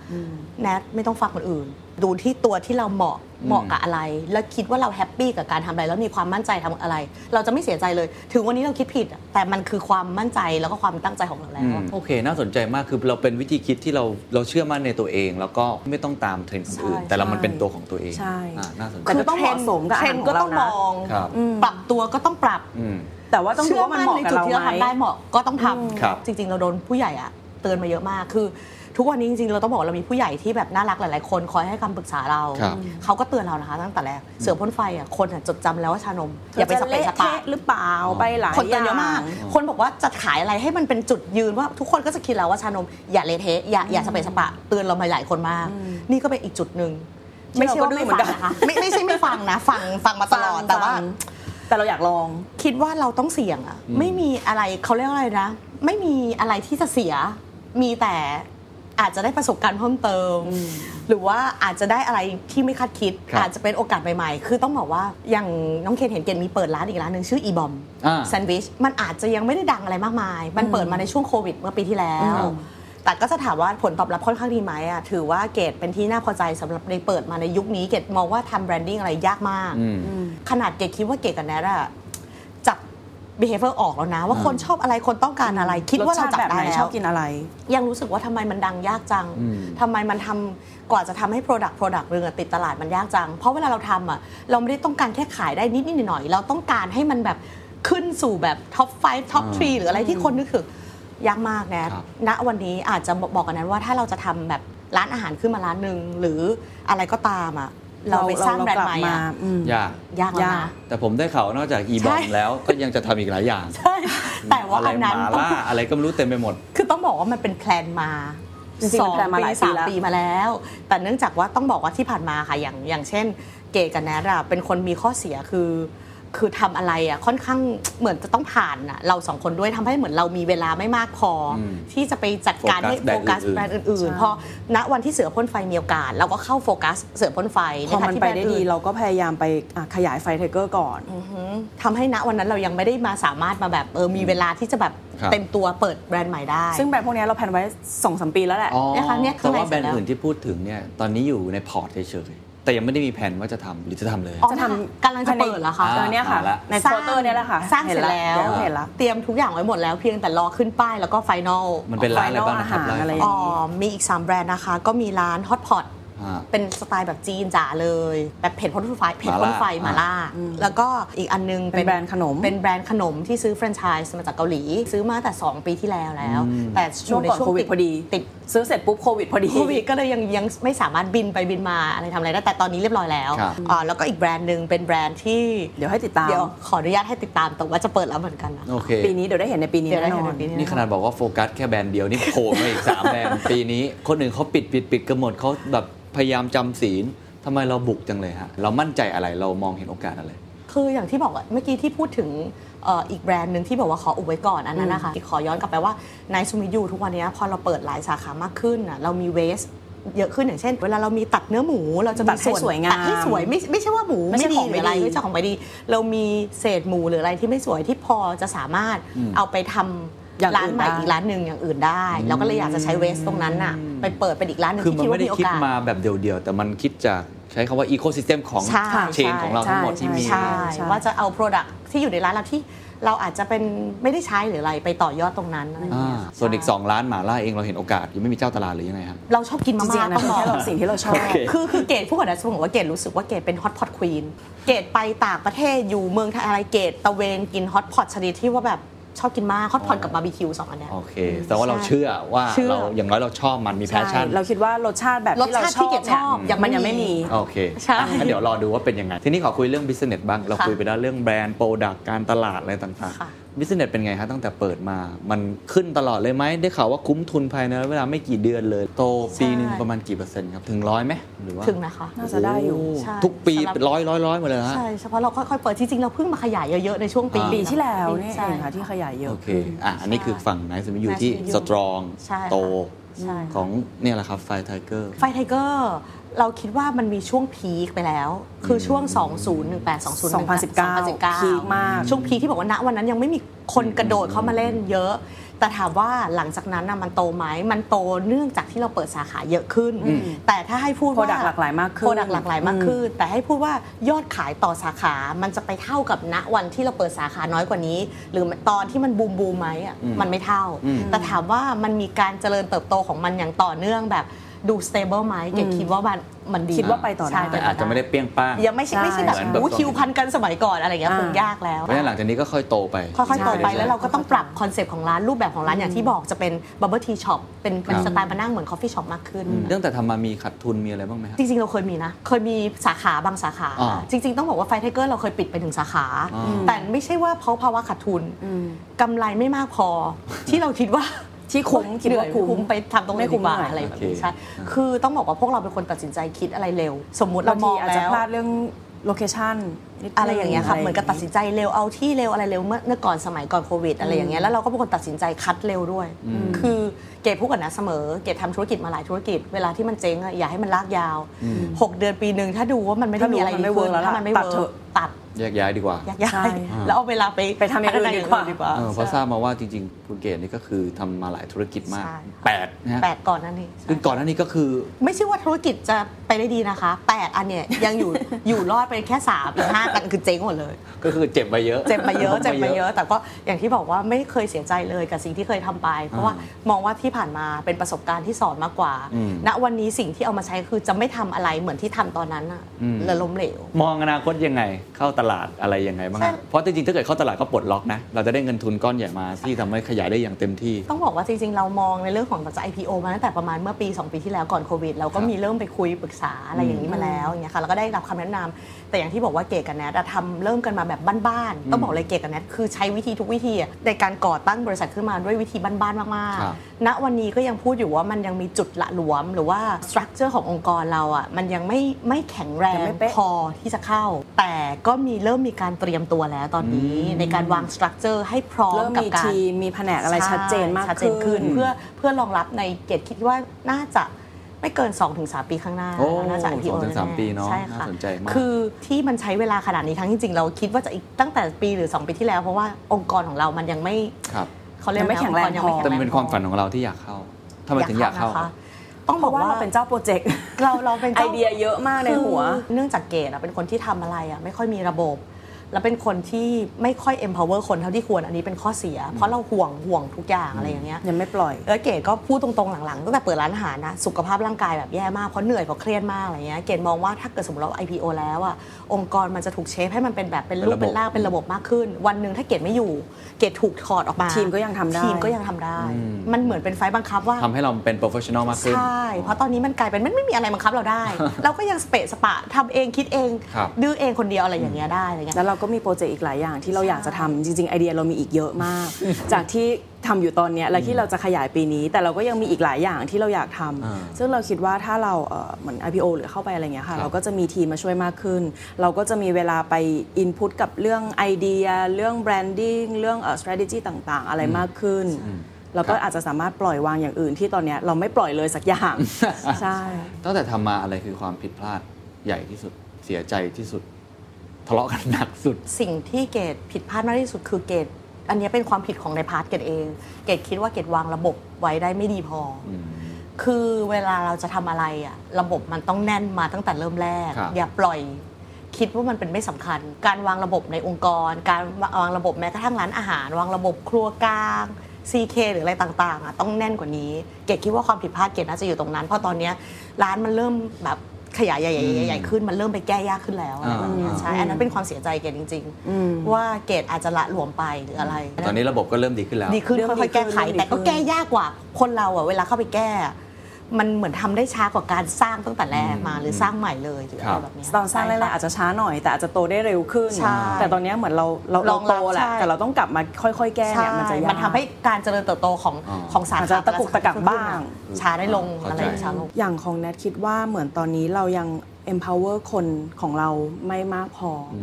S1: แนทไม่ต้องฟังคนอื่น ดูที่ตัวที่เราเหมาะเหมาะกับอะไร แล้วคิดว่าเราแฮปปี้กับการทำอะไร แล้วมีความมั่นใจทำอะไร เราจะไม่เสียใจเลย ถึงวันนี้เราคิดผิดอะแต่มันคือความมั่นใจแล้วก็ความตั้งใจของเราแล้วอะ
S2: โอเค น่าสนใจมากคือเราเป็นวิธีคิดที่เราเราเชื่อมั่นในตัวเอง แล้วก็ไม่ต้องตามเทรนด์คนอื่น
S3: ใช่
S2: แต่เรามัน
S3: ใช่
S2: เป็นตัวของตัวเอง
S3: ใช่
S2: อ่าน่าสนใจ
S3: แต่ก็ต้องเหมาะสมกับ
S1: เทรน
S3: อาหา
S1: ด์ก็
S3: รของเรา
S1: ต้อ
S3: นะ
S1: งมอง
S2: ครับ
S1: อืมปรับตัวก็ต้องปรับ
S2: อืม
S3: แต่ว่าต้องดู
S1: เชื่อ
S3: ว่ามัน
S1: มั่น
S3: เหมาะ
S1: ใน
S3: กั
S1: จุด
S3: บเรา
S1: ที่เรา
S3: ไหม
S1: ทำได้เหมาะก็ต้องท
S2: ครับ
S1: ำจริง ๆ เราโดนผู้ใหญ่อะเตือนมาเยอะมากคือ ทุกวันนี้จริงๆเราต้องบอกว่าเรามีผู้ใหญ่ที่แบบน่ารักหลายๆคนคอยให้คำปรึกษาเรา
S2: ครับ
S1: เขาก็เตือนเรานะคะตั้งแต่แรกเสือพ่นไฟอะคนอะจดจำแล้วว่าชานม
S3: เธ
S1: อย่าไปสเปะสปะ
S3: หรือเปล่าไปหลาย
S1: คนเตือนเยอะมาก
S3: าง
S1: คนบอกว่าจะขายอะไรให้มันเป็นจุดยืนว่าทุกคนก็จะคิดแล้วว่าชานมอย่าเละเทะอย่าอย่าสเปซสปะเตือนเรามาหลายคนมาก นี่ก็เป็นอีกจุดหนึ่ง
S3: ที่
S1: ไม่ใช่ว่า
S3: เราก็ดื้
S1: ไม่
S3: อเหมื
S1: ฟั
S3: อง นกัน
S1: นะคะไม่ไม่ใช่ไม่ฟังนะ ฟังฟังมาตลอดแต่ว่า
S3: ฟังแต่เราอยากลอง
S1: คิดว่าเราต้องเสี่ยงอะไม่มีอะไรเขาเรียกว่าอะไรนะ ไม่มีอะไรที่จะเสีย มีแต่อาจจะได้ประสบการณ์เพิ่มเติม หรือว่าอาจจะได้อะไรที่ไม่คาดคิด
S2: ครับ
S1: อาจจะเป็นโอกาสใหม่ๆ คือต้องบอกว่าอย่างน้องเคนเห็นเกนมีเปิดร้านอีกร้านหนึ่งชื่ออีบอม
S2: อ่า
S1: แซนด์วิชมันอาจจะยังไม่ได้ดังอะไรมากมาย มันเปิดมาในช่วงโควิดเมื่อปีที่แล้
S2: คว รับ
S1: แต่ก็จะถามว่าผลตอบรับค่อนข้างดีไหมอะถือว่าเกดเป็นที่น่าพอใจสำหรับในเปิดมาในยุคนี้เกดมองว่าทำแบรนดิ้งอะไรยากมาก
S2: อืม
S1: ขนาดเกดคิดว่าเกดกับแนทอะจับ behavior ออกแล้วนะ ว่าคนชอบอะไรคนต้องการอะไร คิดว่าเราจับได้
S3: รสชาติแบบไหน
S1: แล้
S3: ชอ
S1: ว
S3: บกินอะไร
S1: ยังรู้สึกว่าทำไมมันดังยากจัง
S2: อืม
S1: ทำไมมันทำกว่าจะทำให้ product product เรืองอะติดตลาดมันยากจัง เพราะเวลาเราทำอะเราไม่ได้ต้องการแค่ขายได้นิดนิดหน่อยๆเราต้องการให้มันแบบขึ้นสู่แบบ top 5 top 3หรืออะไรที่คนนึกถึงยากมากแนท
S2: ครับ
S1: ณวันนี้อาจจะบอกกันนั้นว่าถ้าเราจะทำแบบร้านอาหารขึ้นมาร้านหนึ่งหรืออะไรก็ตามอะเราไปสร้างแบรนด์ใหม่อะ
S2: ยาก
S1: ยากแล้ว
S3: ยาก
S1: นะ
S2: แต่ผมได้ข่าวนอกจากอีบอมแล้วก็ยังจะทำอีกหลายอย่าง
S1: ใช่แต่ว่าอันนั้น
S2: อะไรหมา
S1: ต้อง
S2: ล่าอะไรก็ไม่รู้เต็มไปหมด
S1: คือต้องบอกว่ามันเป็นแพลนมา
S3: จริงๆมันแพลนมาหลายปี
S1: สาม
S3: แล้ว
S1: ปีมาแล้ว แต่เนื่องจากว่าต้องบอกว่าที่ผ่านมาค่ะอย่างอย่างเช่น เกย์กับแนทอะเป็นคนมีข้อเสียคือ คือทำอะไรอะค่อนข้างเหมือนจะต้องผ่านอะเราสองคนด้วยทำให้เหมือนเรามีเวลาไม่มากพออ
S2: ม
S1: ที่จะไปจัดการให้โฟ
S2: โฟกั
S1: กัส
S2: ส
S1: แบ
S2: แบ
S1: ร
S2: ร
S1: น
S2: นด์
S1: ด์
S2: อื่
S1: อน ื่นๆพอณวันที่เสือพ่นไฟมีโอกาสเราก็เข้าโฟกัสเสือพ่นไฟ
S3: พอมั
S1: ใข
S3: น
S1: ณะที่
S3: ไป
S1: แบร
S3: ได้
S1: ด์
S3: ดี
S1: อื่น
S3: เราก็พยายามไปอ่ะขยายไฟไทเกอร์ก่อน
S1: ทำให้ณวันนั้นเรายังไม่ได้มาสามารถมาแบบเออมีเวลาที่จะแบบ
S2: ครับ
S1: เต็มตัวเปิดแบรนด์ใหม่ได้
S3: ซึ่งแบรนด์พวกเนี้ยเราแพลนไว้สองสามปีแล้วแหละ
S2: อ๋อ
S1: นะคะเนี่ย
S2: แต่
S1: ข้างใน
S2: ว่าแบรน
S1: เสร็จแล้
S2: ด์
S1: ว
S2: อื่นที่พูดถึงเนี่ยตอนนี้อยู่ในพอร์ตเฉยๆแต่ยังไม่ได้มีแผนว่าจะทำหรือจะทำเลย
S1: อ๋อ
S3: จะทำ
S1: กำลังจะเปิดเหรอคะ
S3: เออเนี่ยค่ะ
S2: อ่าละ
S3: ในโควอเตอร์เนี่ยแหละค่ะ
S1: สร้างเสร็จแล้ว
S3: เห็นแล้ว
S1: เตรียมทุกอย่างไว้หมดแล้วเพียงแต่รอขึ้นป้ายแล้วก็ไฟนอล
S2: มันเป็นร้านอะไรบ้างนะครับ
S3: ไฟนอลอาหารอะไร
S2: เล่าให้
S1: อ๋
S2: ฟั
S1: อง มีอีก 3 แบรนด์นะคะ ก็มีร้านฮอตพอต
S2: อ่า
S1: เป็นสไตล์แบบจีนจ๋าเลย แบบเผ็ดพ้นไฟเผ็ดพ้นไฟห
S2: ห
S1: มา
S2: มา
S1: ล่า
S2: ล่า
S1: แล้วก็อีกอันนึง
S3: เป็นแบรนด์ขนม
S1: เป็นแบรนด์ขนมที่ซื้อแฟรนไชส์มาจากเกาหลี ซื้อมาแต่ 2 ปีที่แล้วแล้ว แต่
S3: ช่วงก่อนโควิดพอดี
S1: ติด
S3: ซื้อเสร็จปุ๊บโควิดพอดี
S1: โควิดก็เลยยังยังไม่สามารถบินไปบินมาอะไรทำอะไรได้ แต่ตอนนี้เรียบร้อยแล้ว
S2: ครับ
S1: อ่าแล้วก็อีกแบรนด์หนึ่งเป็นแบรนด์ที่
S3: เดี๋ยวให้ติดตาม
S1: เดี๋ยวขออนุญาตให้ติดตามแต่ว่าจะเปิดแล้วเหมือนกันนะ
S2: โอเค
S3: ปีนี้เดี๋ยวได้เห็นในปีนี้
S1: เดี๋ยวได้
S3: แน่น
S1: เห็นใน
S3: อน
S1: ปีนี้
S2: นี่ขนาดบอกว่าโฟกัสแค่แบรนด์เดียว นี่โผล่มาอีก สามแบรนด์ปีนี้ คนอื่นเขาปิดปิดปิดกันหมดเขาแบบพยายามจำศีลทำไมเราบุกจังเลยฮะ เรามั่นใจอะไรเรามองเห็นโอกาสอะไร
S1: คืออย่างที่บอกอะเมื่อกี้ที่พูดถึงเอ่ออีกแบรนด์หนึ่งที่บอกว่าขออุบไว้ก่อนอันนั้นนะคะขอย้อนกลับไปว่าในซูมิยูทุกวันเนี้ยพอเราเปิดหลายสาขามากขึ้นอะเรามีเวสเยอะขึ้นอย่างเช่น เวลาเรามีตัดเนื้อหมู เราจะ
S3: ตั
S1: มี
S3: ดให้สวยงาม
S1: ตัดให้สวยไม่ไม่ใช่ว่าหมู
S3: ไม่ใช่
S1: ไม่ดี
S3: ของ
S1: ห
S3: ไม่
S1: รืออะไร
S3: ดี
S1: ไม่ใช่ของไม่ดี เรามีเศษหมูหรืออะไรที่ไม่สวยที่พอจะสามารถเอาไปทำร้านใหม่อีกร้านหนึ่งอย่างอื่นได้เราก็เลยอยากจะใช้เวสตรงนั้นน่ะไปเปิดเป็นอีกร้านหนึ่ง
S2: คือ
S1: ที่คิด
S2: มันไม่
S1: ว่า
S2: ได้
S1: มีโอ
S2: คิด
S1: กาส
S2: มาแบบเดียวๆ แต่มันคิดจากใช้คำว่าอีโค y ิสเต็มของ
S1: ใช่
S2: เชนของเรา
S1: ใช่
S2: ทั้งหมดที่มี
S1: ใช่
S3: ใช่
S1: ว่าจะเอา Product ที่อยู่ในร้านเราที่เราอาจจะเป็นไม่ได้ใช้หรืออะไรไปต่อยอดตรงนั้นอะไรอย่าง
S2: อ่า
S1: เงี้ยค่ะ
S2: ส่วนอีก 2 ร้านหมาล่าเองเราเห็นโอกาส ยังไม่มีเจ้าตลาดหรือยังไงครับ
S1: เราชอบกิน
S3: จ
S1: มา
S3: ริง
S1: ม่า
S3: ๆอันนั้น
S1: ต้อง
S3: เป็
S1: ลอ
S3: น
S1: ง
S3: แค่เราสิ่งที่เราชอบ
S2: โอเค
S1: คือคือเกดพูดก่อนนะสมมติว่าเกดรู้สึกว่าเกดเป็นฮอตพอตควีนเกดไปต่างประเทศอยู่เมืองไทยอะไรเกดตะเวนกินฮอตพอตชนิดที่ว่าแบบชอบกินมากฮอตพอตกับบาร์บีคิวสองอันเนี้ย
S2: โอเค แต่ว่าเราเชื่อว่า
S1: เชื่อ
S2: เราอย่างน้อยเราชอบมันมีแพช
S3: ใช่
S2: ชั่น
S3: เราคิดว่ารสชาติแบบ
S1: รส
S3: ที่เรา
S1: ชาติ
S3: ช
S1: ที่
S3: อบ
S1: เกดชอบ
S3: เนี่ย
S1: ยัง
S3: มั
S1: ไม่
S3: นยัง
S1: มี
S3: ไม่มี
S2: โอเค
S1: ใช่
S2: อ่ะงั้นเดี๋ยวรอดูว่าเป็นยังไง ทีนี้ขอคุยเรื่อง business บ้าง เรา
S1: ค่ะ
S2: คุยไปแล้วเรื่องแบรนด์ product การตลาดอะไรต่าง
S1: ค่ะ
S2: ๆ business เป็นไงฮะตั้งแต่เปิดมา มันขึ้นตลอดเลยไหม ได้ข่าวว่าคุ้มทุนภายในระยะเวลาไม่กี่เดือนเลย โตปีหนึ่งประมาณกี่เปอร์เซ็นต์ครับ ถึงร้อยไหมหรือว่า
S1: ถึงนะคะ
S3: น่าจะได้อยู่
S2: โ
S1: ใช่
S2: ทุกปี
S1: สำหรับ
S2: เป็นร้อยร้อยร้อยหมดเลยฮะ
S1: ใช่เฉพาะเราค่อยๆเปิดจริงๆเราเพิ่งมาขยายเยอะๆในช่วงปี
S2: อ่า
S3: ปีที่แล้วเนี่ย
S1: ใช่
S3: เองค่ะที่ขยายเยอะ
S2: โอเค อ่ะ อันนี้คือฝั่ง Nice to meet you ที่
S1: Nice to meet you
S2: strong
S1: ใช่ค่ะ
S2: โต
S1: ใช่ค่ะ
S2: ของเนี่ยแหละครับ Fire Tiger
S1: ไฟไทเกอร์ เราคิดว่ามันมีช่วงพีคไปแล้ว คือช่วง 2018 2019
S3: 2019พีคมาก
S1: ช่วงพีคที่บอกว่าณวันนั้นยังไม่มีคนกระโดดเข้ามาเล่นเยอะ แต่ถามว่าหลังจากนั้นน่ะมันโตไหมมันโตเนื่องจากที่เราเปิดสาขาเยอะขึ้น แต่ถ้าให้พูดว่า
S3: Product หลากหลายมากขึ้น
S1: โปรดักหลากหลายมากขึ้น แต่ให้พูดว่ายอดขายต่อสาขา มันจะไปเท่ากับณวันที่เราเปิดสาขาน้อยกว่านี้ หรือตอนที่มันบูมบูมๆไหมอ่ะมันไม่เท่า แต่ถามว่ามันมีการเจริญเติบโตของมันอย่างต่อเนื่องแบบดูสเตเบิลไหมเก๋คิดว่ามันมันดี
S3: คิดว่าไปต่อได้
S1: ใช่
S2: แต่อาจจะไม่ได้เปรี้ยงป้าง
S1: ยังไม่ใช่ไม่ใช่แบบ
S2: ใช่
S1: โอ้โหคิวพันกันสมัยก่อนอะไรอย่างเงี้ยคงยากแล้ว
S2: เพราะฉะนั้นหลังจากนี้ก็ค่อยโตไป
S1: ค่อยๆโตไป
S3: ใช่
S1: แล้วเราก็ต้องปรับคอนเซปต์ของร้านรูปแบบของร้านอย่างที่บอกจะเป็นบับเบิลทีช็อปเป็นเป็นสไตล์มานั่งเหมือนคอฟฟี่ช็อปมากขึ้น
S2: เรื่องแต่ทำมามีขาดทุนมีอะไรบ้างไหมครับ
S1: จริงๆ เราเคยมีนะ เคยมีสาขาบางสาขา
S2: อ่า
S1: จริง ๆ ต้องบอกว่าไฟไทเกอร์เราเคยปิดไปถึงสาขา
S2: อ่า
S1: แต่ไม่ใช่ว่าเพราะภาวะขาดทุนกำไรไม่มากพอ ที่เราคิดว่า
S3: ที่คุ้มคิด
S1: เห
S3: ว่า
S1: นื่อย
S3: คุ้ม
S1: ไปทำตรงนี้นดีกว่า
S3: ไม่คุ้มหน่อย
S1: อะไรแบบ
S2: โอ
S1: นี้
S2: เค
S1: ใช่คือต้องบอกว่าพวกเราเป็นคนตัดสินใจคิดอะไรเร็ว สมมติ
S3: เรา
S1: เรา
S3: ม
S1: ม
S3: อ
S1: อง ง
S3: อาจจะ
S1: แล้ว
S3: พลาดเรื่องโลเคชั่นนิดนึ
S1: อะไรอย่างเงี้ยครับเหมือนกับตัดสินใจเร็วเอาที่เร็วอะไรเร็วเมื่อเมื่อก่อนสมัยก่อนโควิดอะไรอย่างเงี้ยแล้วเราก็เป็นคนตัดสินใจคัดเร็วด้วย คือเกดพูดกันนะเสมอ เกดทำธุรกิจมาหลายธุรกิจเวลาที่มันเจ๊งอะอย่าให้มันลากยาว 6 เดือนปีหนึ่งถ้าดูว่ามันไม่ได้มีอะไรดีขึ้นถ้ามันไม่เวิร์กตัด
S2: แยกย้ายดีกว่า
S1: แยกย้ายแล้วเอาเวลาไป
S3: ไปทำอย่างอื่นดีกว่า
S1: พัฒดีกว่า
S2: เออเพราะทราบมาว่าจริงๆคุณเกศนี่ก็คือทำมาหลายธุรกิจมาก
S1: ใช่ค่ะ
S2: แปดนะฮะ
S1: แปดก่อนนั่นเอง
S2: ซึ่งก่อนหน้านี้ก็คือ
S1: ไม่ใช่ว่าธุรกิจจะไปได้ดีนะคะแปดอันเนี่ยยังอยู่ อยู่รอดไปแค่สามหรือห้ากันคือเจ๊งหมดเลย
S2: ก็คือเจ็บมาเยอะ
S1: เจ็บมาเยอะเจ็บมาเยอะ แต่ก็อย่างที่บอกว่าไม่เคยเสียใจเลยกับสิ่งที่เคยทำไป เพราะว่ามองว่าที่ผ่านมาเป็นประสบการณ์ที่สอนมากกว่า
S2: อืม
S1: ณวันนี้สิ่งที่เอามาใช้คือจะไม่ทำอะไรเหมือนที่ทำตอนนั้นอะแล้วล้มเหลว
S2: มองอนาคตยังไงเข้าตลาดอะไรยังไงบ้างฮะ
S1: ใช่
S2: เพราะจริงๆถ้าเกิดเข้าตลาดก็ปลดล็อกนะ เราจะได้เงินทุนก้อนใหญ่มาที่ทำให้ขยายได้อย่างเต็มที่
S1: ต้องบอกว่าจริงๆ เรามองในเรื่องของปัจจัย IPO มาตั้งแต่ประมาณเมื่อปี 2 ปีที่แล้วก่อนโควิด เราก็มีเริ่มไปคุยปรึกษาอะไรอย่างนี้มาแล้วอย่างเงี้ยค่ะแล้วก็ได้รับคำแนะนำแต่อย่างที่บอกว่าเกดกับแนทอะทำเริ่มกันมาแบบบ้านๆต้องบอกเลยเกดกับแนทคือใช้วิธีทุกวิธีอะในการก่อตั้งบริษัทขึ้นมาด้วยวิธีบ้านๆมาก
S2: ครับ
S1: ๆ ณวันนี้ก็ยังพูดอยู่ว่ามันยังมีจุดละหลวม หรือว่าสตรัคเจอร์ขององค์กรเราอ่ะมันยังไม่ไม่แข็งแร
S3: ยัง งไม่เป๊ะ
S1: พอที่จะเข้า แต่ก็มีเริ่มมีการเตรียมตัวแล้วตอนนี้ในการวางสตรัคเจอร์ให้พร้อม
S3: เริ่ม
S1: กับ
S3: มี
S1: การ
S3: ทีมมีแผนกอะไรชัดเจนมาก
S1: ใช่ชัดเจน
S3: ขึ้
S1: ขึ้
S3: น
S1: นเพื่อเพื่อรองรับในเกตคิดว่าน่าจะไม่เกิน 2-3 ปีข้างหน้า
S2: โอ้
S1: แล้วน่าจะ IPO
S2: สองถึงสาม
S1: แๆ
S2: ปีเนอะ
S1: ใช่ค่ะ
S2: น่าสนใจมาก
S1: คือที่มันใช้เวลาขนาดนี้ทั้งจริงๆ เราคิดว่าจะอีกตั้งแต่ปีหรือ 2 ปีที่แล้ว เพราะว่าองค์กรของเรามันยังไม่
S2: ครับ
S1: เขาเรียก
S3: ยังไม่
S1: อะ
S3: แข็งแรง
S1: อค์กยัไม่ข็
S2: แต่มันเป็นความ
S1: พอ
S2: ฝันของเราที่อยากเข้าทำไมถึงอยากเข้า
S1: นะคะต้อง
S3: เพ
S1: บอก
S3: ราะว่า
S1: ว่า
S3: เราเป็นเจ้าโปรเจกต์
S1: เราเราเป็นจ้า
S3: ไอเดียเยอะมากในหัว
S1: คือเนื่องจากเกตอะเป็นคนที่ทำอะไรอะไม่ค่อยมีระบบ แล้วเป็นคนที่ไม่ค่อย empower คนเท่าที่ควรอันนี้เป็นข้อเสีย เพราะเราห่วงห่วงทุกอย่างอะไรอย่างเงี้ย
S3: ยังไม่ปล่อย
S1: แล้วเกดก็พูดตรงๆหลังๆตั้งแต่เปิดร้านอาหารนะ สุขภาพร่างกายแบบแย่มาก เพราะเหนื่อยเพราะเครียดมากอะไรเงี้ยเกดมองว่าถ้าเกิดสมมติเรา IPO แล้วอะองค์กรมันจะถูกเชฟให้มันเป็นแบบเป็นรูป
S2: เป็น
S1: เป็
S2: ระบบ
S1: นร่างเป็นระบบมากขึ้น วันหนึ่งถ้าเกดไม่อยู่ เกดถูกถอดออกมา
S3: ทีมก็ยังทำได้
S1: ทีมก็ยังทำได้ มันเหมือนเป็นไฟล์บังคับว่า
S2: ทำให้เราเป็น professional มากขึ้น
S1: ใช่ เพราะตอนนี้มันกลายเป็นมันไม่มีอะไรบังคับเราได้ เราก็ยังสเปะสปะทำเองคิดเอง
S2: ครับ
S1: ดื้อเองคนเดียวอะไรอย่างเงี้ยได้อะไรเงี้ย
S3: แล้วเราก็มีโปรเจกต์อีกหลายอย่างที่เราอยากจะทำจริง ๆ ไอเดียเรามีอีกเยอะมาก จากที่ทำอยู่ตอนเนี้ยและที่เราจะขยายปีนี้ แต่เราก็ยังมีอีกหลายอย่างที่เราอยากทำ
S2: อ่า
S3: ซึ่งเราคิดว่าถ้าเราเอ่อเหมือน IPO หรือเข้าไปอะไรเงี้ย
S2: ครั
S3: ค่ะ
S2: บ
S3: เราก็จะมีทีมมาช่วยมากขึ้น เราก็จะมีเวลาไปอินพุตกับเรื่องไอเดีย เรื่องแบรนดิ้งเรื่องเอ่อ strategy ต่างๆ อะไรมากขึ้น เรา
S2: ค
S3: ก็
S2: รับ
S3: อาจจะสามารถปล่อยวางอย่างอื่นที่ตอนเนี้ยเราไม่ปล่อยเลยสัก อย่างใช่
S2: ตั้งแต่ทำมาอะไรคือความผิดพลาดใหญ่ที่สุดเสียใจที่สุดทะเลาะกันหนักสุด
S1: สิ่งที่เกดผิดพลาดมากที่สุดคือเกดอันเนี้ยเป็นความผิดของในพาร์ทเกดเอง เกดคิดว่าเกดวางระบบไว้ได้ไม่ดีพออคือเวลาเราจะทำอะไรอะระบบมันต้องแน่นมาตั้งแต่เริ่มแรก
S2: ครับ
S1: อย่าปล่อย คิดว่ามันเป็นไม่สำคัญ การวางระบบในองค์กร การวางระบบแม้กระทั่งร้านอาหาร วางระบบครัวกลาง CK หรืออะไรต่างๆอะต้องแน่นกว่านี้ เกดคิดว่าความผิดพลาดเกดน่าจะอยู่ตรงนั้น เพราะตอนเนี้ยร้านมันเริ่มแบบขยายใหญ่ๆใหญ่ๆขึ้นมันเริ่มไปแก้ยากขึ้นแล้วอะไรแบบเนี้ย
S2: อ่า
S1: ใช่อันนั้นเป็นความเสียใจเกดจริง ๆ ว่าเกดอาจจะละหลวมไปหรืออะไร
S2: ตอนนี้ระบบก็เริ่มดีขึ้นแล้ว
S1: ดีขึ้น
S3: เรื่อง
S1: ค่อยๆแก้ไข
S3: ดีขึ้น
S1: แต่ก็แก้ยากกว่าคนเราอะเวลาเข้าไปแก้ มันเหมือนทำได้ช้ากว่าการสร้างตั้งแต่แรกมาหรือสร้างใหม่เลยหรืออะไรแบบเนี้ย
S3: ตอนสร้างแร
S1: ใช่
S3: กๆ
S1: ค่ะ
S3: อาจจะช้าหน่อยแต่อาจจะโตได้เร็วขึ้น
S1: ใช่
S3: แต่ตอนเนี้ยเหมือนเราเรา
S1: ร
S3: เรา
S1: องรับ
S3: โตแหละ
S1: ใช่
S3: แต่เราต้องกลับมาค่อย ๆ แก้เนี่ยมันจะยาก
S1: มันทำให้การเจริญเติบโตของ
S2: อ๋อ
S1: ของสาร
S3: อาจจะตะกุกตะกักบ้าง
S1: ช้าได้ลง
S2: เข้า
S1: อะไร
S2: ใจ
S1: ช้าลง
S3: อย่างของแนทคิดว่าเหมือนตอนนี้เรายัง empower คนของเราไม่มากพออ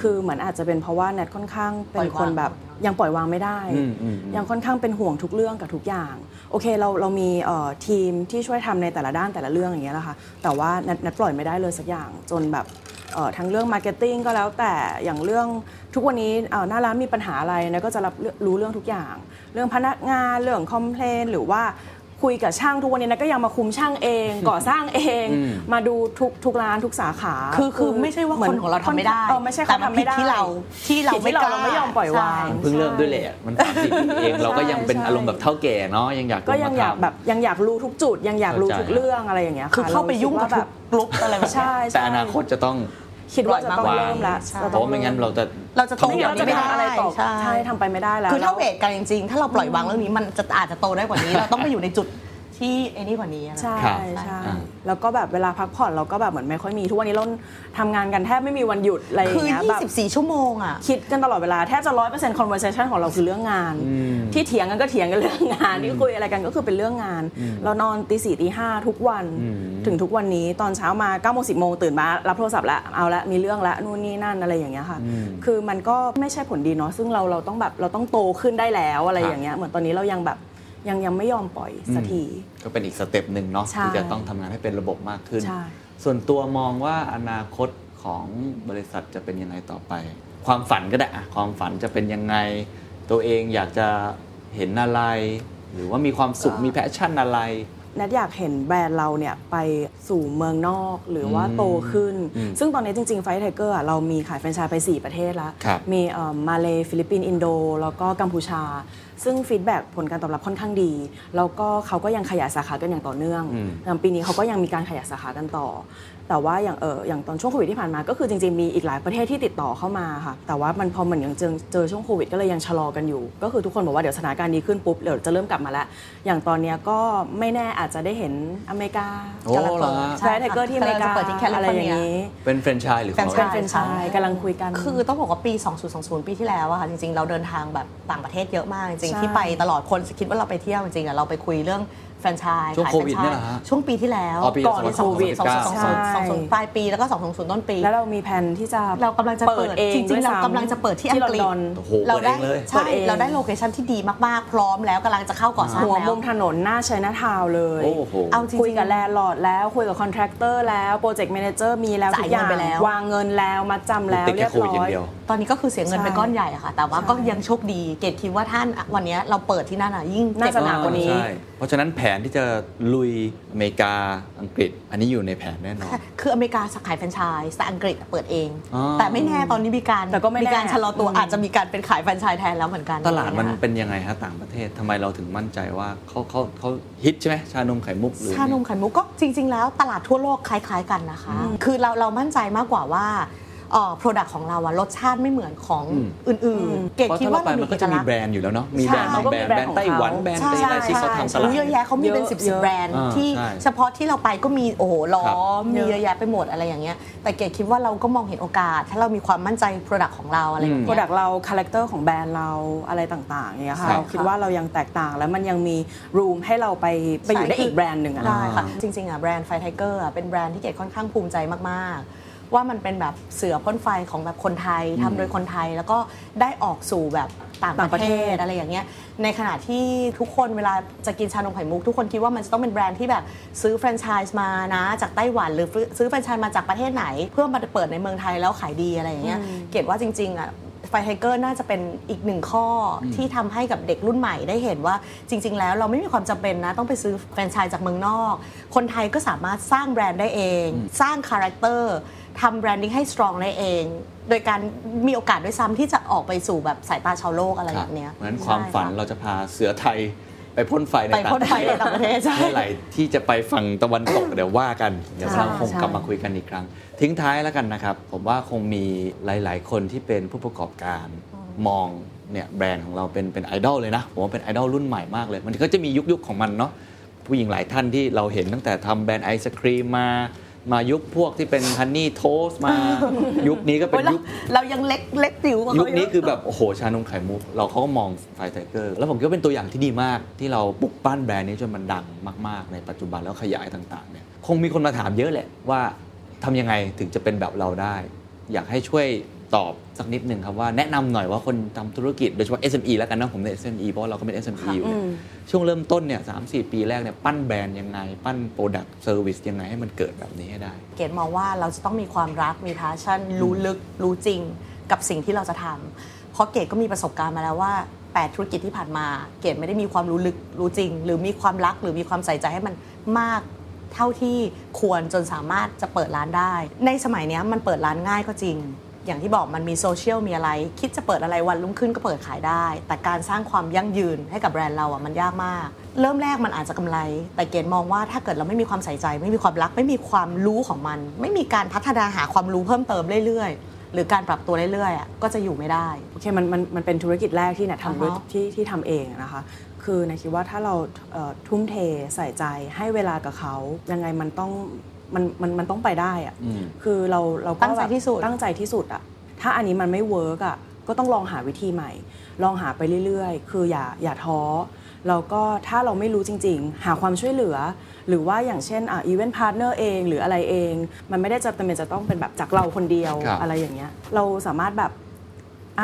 S3: คือเหมือนอาจจะเป็นเพราะว่าแนทค่อนข้างเป็นคนแบบ
S1: ปล่อยวาง
S3: ยังปล่อยวางไม่ได้
S2: อืมอืมอืม
S3: ยังค่อนข้างเป็นห่วงทุกเรื่องกับทุกอย่าง โอเคเราเรามีเอ่อทีมที่ช่วยทำในแต่ละด้านแต่ละเรื่องอย่างเงี้ยแหละค่ะแต่ว่าแนัทแนัทปล่อยไม่ได้เลยสักอย่างจนแบบเอ่อทั้งเรื่องมาร์เก็ตติ้งก็แล้วแต่อย่างเรื่องทุกวันนี้เอ่อหน้าร้านมีปัญหาอะไรนะก็จะรับเรื่องรู้เรื่องทุกอย่าง เรื่องพนักงานเรื่องคอมเพลนหรือว่าคุยกับช่างทุกวันนี้นะก็ยังมาคุมช่างเอง ก่อสร้างเอง มาดูทุกทุกร้านทุกสาขา
S1: คือคือไม่ใช่ว่า
S3: หมื
S1: คนของเราทำไม่ได้
S3: เออไม่ใช่
S1: แต่
S3: เขา
S1: มัน
S3: ทำ
S1: ผิด
S3: ไม่ได้
S1: ที่เราที่เรา
S3: ผิด
S1: ไม่
S3: ที่
S1: ก
S3: เรา
S1: ล้า
S3: เราไม่ยอมปล่อยวาง
S1: ใช่
S2: เพิ่งเริ่มด้วยแหละมันสามสิบเองเราก็ยังเป็นอารมณ์แบบเท่าแก่เนาะยังอยาก
S3: ก็ยังอยาก
S2: มทำ
S3: แบบยังอยากรู้ทุกจุด ยังอยากรู้
S2: เข้าใจ
S3: ทุกเรื่องอะไรอย่างเงี้ยะ
S1: คือเข้าไปยุ่งกับ
S3: เร
S1: ทุ
S3: รู้สึ
S1: กกลุ่มอะไรแบบเนี้ย
S3: ใช่
S2: แต่
S3: ใช่
S2: อนาคตจะต้อง
S3: คิดว่าจะต้อง
S2: วาง
S3: เริ่มละ
S1: ใช่
S2: เพราะว่าไม่งั้นเราจะ
S1: เราจะต้อ
S2: ท่
S1: ง
S2: อง
S3: ไม่
S2: อ
S1: เรี
S2: ย่าน งนี้ไม่ได้
S3: เราจะไม่ทำอะไรต่อ
S1: ใช่
S3: ใช่ทำไปไม่ได้แล้ว
S1: คือถ้าเว
S3: แล้ว
S1: ทกันจริงๆ ถ้าเราปล่อยวางเรื่องนี้มันจะอาจจะโตได้กว่านี้ เราต้องไปอยู่ในจุดที่ไอ้นี่กว่านี้อะไร
S3: ใช่
S2: ครับ
S3: ใช่
S2: อ่า
S3: แล้วก็แบบเวลาพักผ่อนเราก็แบบเหมือนไม่ค่อยมีทุกวันนี้เราทำงานกันแทบไม่มีวันหยุดอะไรอย่าง
S1: คือ
S3: เงี้ยแบบ
S1: 24 ชั่วโมงอ่ะ
S3: คิดกันตลอดเวลาแทบจะร้อยเปอร์เซ็นต์ conversation ของเราคือเรื่องงาน ที่เถียงกันก็เถียงกันเรื่องงานที่คุยอะไรกันก็คือเป็นเรื่องงาน เรานอนตีสี่ตีห้าทุกวันถึงทุกวันนี้ตอนเช้ามา9ก้าโมงสิบโมงตื่นมารับโทรศัพท์ละเอาละมีเรื่องละนู่นนี่นั่นอะไรอย่างเงี้ยค่ะ คือมันก็ไม่ใช่ผลดีเนาะซึ่งเราเราต้องแบบเราต้องโตขึ้นได้แล้วอะไรอย่างเงี้ยเหมือนตอนนี้เรายังแบบยังยังไม่ยอมปล่อยสักที
S2: ก็เป็นอีกสเต็ปหนึ่งเนาะ
S3: ใช่
S2: ที่จะต้องทำงานให้เป็นระบบมากขึ้น
S3: ใช่
S2: ส่วนตัวมองว่าอนาคตของบริษัทจะเป็นยังไงต่อไป ความฝันก็ได้อะความฝันจะเป็นยังไง ตัวเองอยากจะเห็นอะไร หรือว่ามีความสุขมีแพชชั่นอะไร
S3: แนัทอยากเห็นแบรนด์เราเนี่ยไปสู่เมืองนอกหรือว่าโตขึ้น ซึ่งตอนนี้จริงๆไฟไทเกอร์เรามีขายแฟรนไชส์ไป 4 ประเทศแล้ว
S2: ครับ
S3: มีเอ่อมาเลฟิลิปปินส์อินโด แล้วก็กัมพูชา ซึ่งฟีดแบ็กผลการตอบรับค่อนข้างดี แล้วก็เขาก็ยังขยายสาขากันอย่างต่อเนื่อง
S2: อืม
S3: อย่างปีนี้เขาก็ยังมีการขยายสาขากันต่อ แต่ว่าอย่างเอออย่างตอนช่วงโควิดที่ผ่านมาก็คือจริงๆมีอีกหลายประเทศที่ติดต่อเข้ามาค่ะแต่ว่ามันพอเหมือนยังเจอเจอช่วงโควิดก็เลยยังชะลอกันอยู่ ก็คือทุกคนบอกว่าเดี๋ยวสถานการณ์ดีขึ้นปุ๊บเดี๋ยวจะเริ่มกลับมาแล้ว อย่างตอนเนี้ยก็ไม่แน่อาจจะได้เห็นอเมริกา
S2: โอ้
S3: กำลังเปิด
S2: เหรอฮะ
S3: ใช่ไทเกอร์ที่อเมริกา
S1: จะเปิดที่แคลิฟ
S3: อะ
S1: อร์เนีย
S3: ไรอย่างนี้
S2: เป็นแฟรนไชส์หรือของ
S3: แฟร
S2: เรา
S3: นไชส์ กำลังคุยกัน
S1: คือต้องบอกว่าปี 2020 ปีที่แล้วอะค่ะจริง ๆ เราเดินทางแบบต่างประเทศเยอะมากจริง
S3: ใช่
S1: ๆที่ไปตลอดคนคิดว่าเราไปเที่ยวจริงๆอะเราไปคุยเรื่องแฟรนไชส์
S2: ช่วง
S1: ขาย
S2: โค
S1: แฟร
S2: วิด
S1: นไช
S2: เนี่ยเหรอฮะ
S1: ส์ช่วงปีที่แล้ว
S2: อ๋อปี
S1: ก่อน
S2: ส
S1: โค
S2: องพัน
S1: วิด
S2: สิบเก้า
S1: 2020 2020ปลายปีแล้วก็ 2020 ต้นปี
S3: แล้วเรามีแผนที่จะ
S1: เรากำลังจะเปิด
S3: เอง
S1: จริงๆ
S3: ด้วย
S1: เรา
S3: ซ้ำ
S1: กำลังจะเปิดที่อังกฤษ
S3: ลอนดอน
S2: โอ้โหเปิดเองเลย
S1: ใช่
S3: เปิดเอง
S1: เราได้โลเคชั่นที่ดีมากๆ พร้อมแล้วกำลังจะเข้าก่อสร้าง
S3: หัว
S1: แล้
S3: มุ
S1: ว
S3: มถนนหน้าชัยนาทาวน์เลย
S2: โอ้โห
S1: เอาจริงๆ
S3: คุยกับแลนด์ลอร์ดแล้ว คุยกับคอนแทคเตอร์แล้วโปรเจกต์แมเนเจอร์มีแล้ว
S1: จ่าย
S3: ทุกอย่าง
S1: เงินไปแล้ว
S3: วางเงินแล้วมาจำแล้ว
S2: ติด
S3: เรี
S2: แค่
S3: ยบ
S2: โควิดอย่า
S3: ร้อง ย
S2: เดียว
S1: ตอนนี้ก็คือเสียเงินไป
S3: ใช่
S1: ก้อนใหญ่อะค่ะ แต่ว่าก็
S3: ใช่
S1: ยังโชคดี เกดคิดว่าท่านอะวันเนี้ยเราเปิดที่นั่นอะยิ่ง
S3: น่า
S1: เจ็
S3: จะ
S1: บ
S3: หนักกว่านี้
S2: ใช่เพราะฉะนั้นแผนที่จะลุยอเมริกาอังกฤษ อันนี้อยู่ในแผนแน่นอน
S1: คืออเมริกาขายแฟรนไชส์แต่อังกฤษเปิดเอง
S2: อ๋อ
S1: แต่ไม่แน่ตอนนี้มีการ
S3: แต่ก็ไม่แน่
S1: การชะลอตัว
S3: อืม
S1: อาจจะมีการเป็นขายแฟรนไชส์แทนแล้วเหมือนกัน
S2: ตลาดมัน
S1: อะไรอย่างเงี้ย
S2: เป็นยังไงฮะต่างประเทศทำไมเราถึงมั่นใจว่าเขาเขาเขาฮิตใช่ไหมชานมไข่มุกหรือ
S1: ชานมไข่มุกก็จริง ๆ แล้วตลาดทั่วโลกคล้าย ๆ กันนะคะ คือเราเรามั่นใจมากกว่าว่าเอ่อ product ของเราอะรสชาติไม่เหมือนของ
S2: อืม
S1: อื่นๆ เกด
S2: เพราะ
S1: คิด
S2: ถ้าเรา
S1: ว่า
S2: ไป
S1: เราม
S2: มัน
S1: เอ
S2: ก็จะมี
S1: ลักษณ์
S2: แบรนด์อยู่แล้วเนาะมี
S1: ใช่
S2: แบรนด์บาง
S3: เขาก็
S2: แบร
S3: มี
S2: นด์แบรน
S3: แบรนด์
S2: ด์ไต้หวัน
S3: ของเขา
S2: แบรนด์
S1: ใช่
S2: อะ
S1: ใช่
S2: ไรที่เขาทำต
S1: ใช่
S2: ลาด
S1: เยอะแยะเขามีเป็น
S3: เยอะ
S1: 10 แบรนด์
S2: อ่า
S1: ที่
S2: ใช่
S1: เฉพาะที่เราไปก็มีโอ้โหล้
S2: ครั
S1: อบ มมีเยอะแยะไปหมดอะไรอย่างเงี้ยแต่เกดคิดว่าเราก็มองเห็นโอกาส ถ้าเรามีความมั่นใจ Product ของเราอะไรอย่าง
S3: โปร
S1: เงี้
S3: ดั
S1: ย
S3: กต์เราคาแรคเตอร์ของแบรนด์เราอะไรต่างๆอย่างเงี้ยค่ะ
S2: ใช่
S3: เราคิดว่าเรายังแตกต่างแล้วมันยังมีรูมให้เราไปไปอยู่ได้อีกแบรนด์หนึ่งอะ
S1: ได้ค่ะ จริงๆอ่ะแบรนด์ไฟไทเกอร์เป็นแบรนด์ที่เกดค่อนข้างภูมิใจมากๆ ว่ามันเป็นแบบเสือพ่นไฟของแบบคนไทยทำโดยคนไทยแล้วก็ได้ออกสู่แบบต่าง
S3: ต่าง
S1: ป
S3: ประ ระ
S1: เท
S3: เท
S1: ศ
S3: ศ
S1: อะไรอย่างเงี้ยในขณะที่ทุกคนเวลาจะกินชานมไข่มุก ทุกคนคิดว่ามันจะต้องเป็นแบรนด์ที่แบบซื้อแฟรนไชส์มานะจากไต้หวันหรือซื้อแฟรนไชส์มาจากประเทศไหน เพื่อมาเปิดในเมืองไทยแล้วขายดีอะไรอย่างเงี้ยเกดว่าจริงๆอ่ะไฟไทเกอร์น่าจะเป็นอีกหนึ่งข้อที่ทำให้กับเด็กรุ่นใหม่ได้เห็นว่าจริง ๆ แล้วเราไม่มีความจำเป็นนะต้องไปซื้อแฟรนไชส์จากเมืองนอก คนไทยก็สามารถสร้างแบรนด์ได้เอง สร้างคาแรคเตอร์ทำแบรนดิ้งให้สตรองได้เอง โดยการมีโอกาสด้วยซ้ำที่จะออกไปสู่แบบสายตาชาวโลกอะไร
S2: ค
S1: แบ
S2: รับบ
S1: เนี้ย
S2: เพราะฉะนั้นความ
S1: ใช่
S2: ฝัน
S1: ค่ะ
S2: เราจะพาเสือไทยไปพ่นไฟใน
S1: ไป
S2: ต่าง
S1: พ่นไฟในต่างประเทศใช่
S2: เมื่อไหร่ที่จะไปฝั่งตะวันตก เดี๋ยวว่ากันเดี๋ยวเรา
S3: ใช่
S2: คง
S3: ใช่
S2: กลับมาคุยกันอีกครั้ง ทิ้งท้ายแล้วกันนะครับ ผมว่าคงมีหลาย ๆ คนที่เป็นผู้ประกอบการมองเนี่ยแบรนด์ของเราเป็นเป็นไอดอลเลยนะผมว่าเป็นไอดอลรุ่นใหม่มากเลย มันก็จะมียุคยุคของมันเนาะผู้หญิงหลายท่านที่เราเห็นตั้งแต่ทำแบรนด์ไอศครีมมา มายุคพวกที่เป็นฮันนี่โทส มา ยุคนี้ก็เป็น
S1: โอ้ยเรา
S2: ยุค
S1: เรายังเล็กเล็กติ๋วกว่า
S2: ยุ
S1: เขา
S2: ค
S1: ย
S2: นี้คือแบบ โอ้โห ชานมไข่มุก เราเขาก็มองไฟไทเกอร์ แล้วผมคิดว่าเป็นตัวอย่างที่ดีมาก ที่เราปลุกปั้นแบรนด์นี้จนมันดังมาก ๆ ในปัจจุบันแล้วขยายต่าง ๆ เนี่ย คงมีคนมาถามเยอะแหละว่าทำยังไงถึงจะเป็นแบบเราได้ อยากให้ช่วย ตอบสักนิดหนึ่งครับว่าแนะนำหน่อยว่าคนทำธุรกิจโดยเฉพาะ SME แล้วกันนะผมใน SME เพราะว่าเราก็เป็น SME อยู่เนี่ยช่วงเริ่มต้นเนี่ยสามสี่ปีแรกเนี่ยปั้นแบรนด์ยังไง ปั้นโปรดักต์เซอร์วิสยังไงให้มันเกิดแบบนี้ให้ได้
S1: เกดมองว่าเราจะต้องมีความรักมีพาชั่น รู้ลึกรู้จริงกับสิ่งที่เราจะทำเพราะเกดก็มีประสบการณ์มาแล้วว่า 8 ธุรกิจที่ผ่านมา เกดไม่ได้มีความรู้ลึกรู้จริง หรือมีความรักหรือมีความใส่ใจให้มันมาก เท่าที่ควรจนสามารถจะเปิดร้านได้ ในสมัยเนี้ยมันเปิดร้านง่ายก็จริง อย่างที่บอกมันมีโซเชียลมีอะไร คิดจะเปิดอะไรวันรุ่งขึ้นก็เปิดขายได้ แต่การสร้างความยั่งยืนให้กับแบรนด์เราอ่ะมันยากมาก เริ่มแรกมันอาจจะกำไร แต่เกณฑ์มองว่าถ้าเกิดเราไม่มีความใส่ใจ ไม่มีความรัก ไม่มีความรู้ของมัน ไม่มีการพัฒนาหาความรู้เพิ่มเติมเรื่อยๆ หรือการปรับตัวเรื่อยๆอ่ะก็จะอยู่ไม่ได้
S3: โอเคมันมันมันเป็นธุรกิจแรกที่เนี่ยทำด้วย
S1: อ่าฮะ
S3: ที่ที่ทำเองนะคะ คือนะคิดว่าถ้าเราเอ่อทุ่มเทใส่ใจให้เวลากับเขายังไงมันต้องมันมันมันต้องไปได้อะ
S2: อืม
S3: คือเราเราก็
S1: ตั้งใจ
S3: แบบ
S1: ที่สุด
S3: ตั้งใจที่สุดอะถ้าอันนี้มันไม่เวิร์กอะก็ต้องลองหาวิธีใหม่ ลองหาไปเรื่อยๆ คืออย่าอย่าท้อแล้วก็ถ้าเราไม่รู้จริง ๆ หาความช่วยเหลือ หรือว่าอย่างเช่นอ่ะอีเวนต์พาร์ทเนอร์เองหรืออะไรเอง มันไม่ได้จะจำเป็นจะต้องเป็นแบบจากเราคนเดียว
S2: ครับ
S3: อะไรอย่างเงี้ยเราสามารถแบบ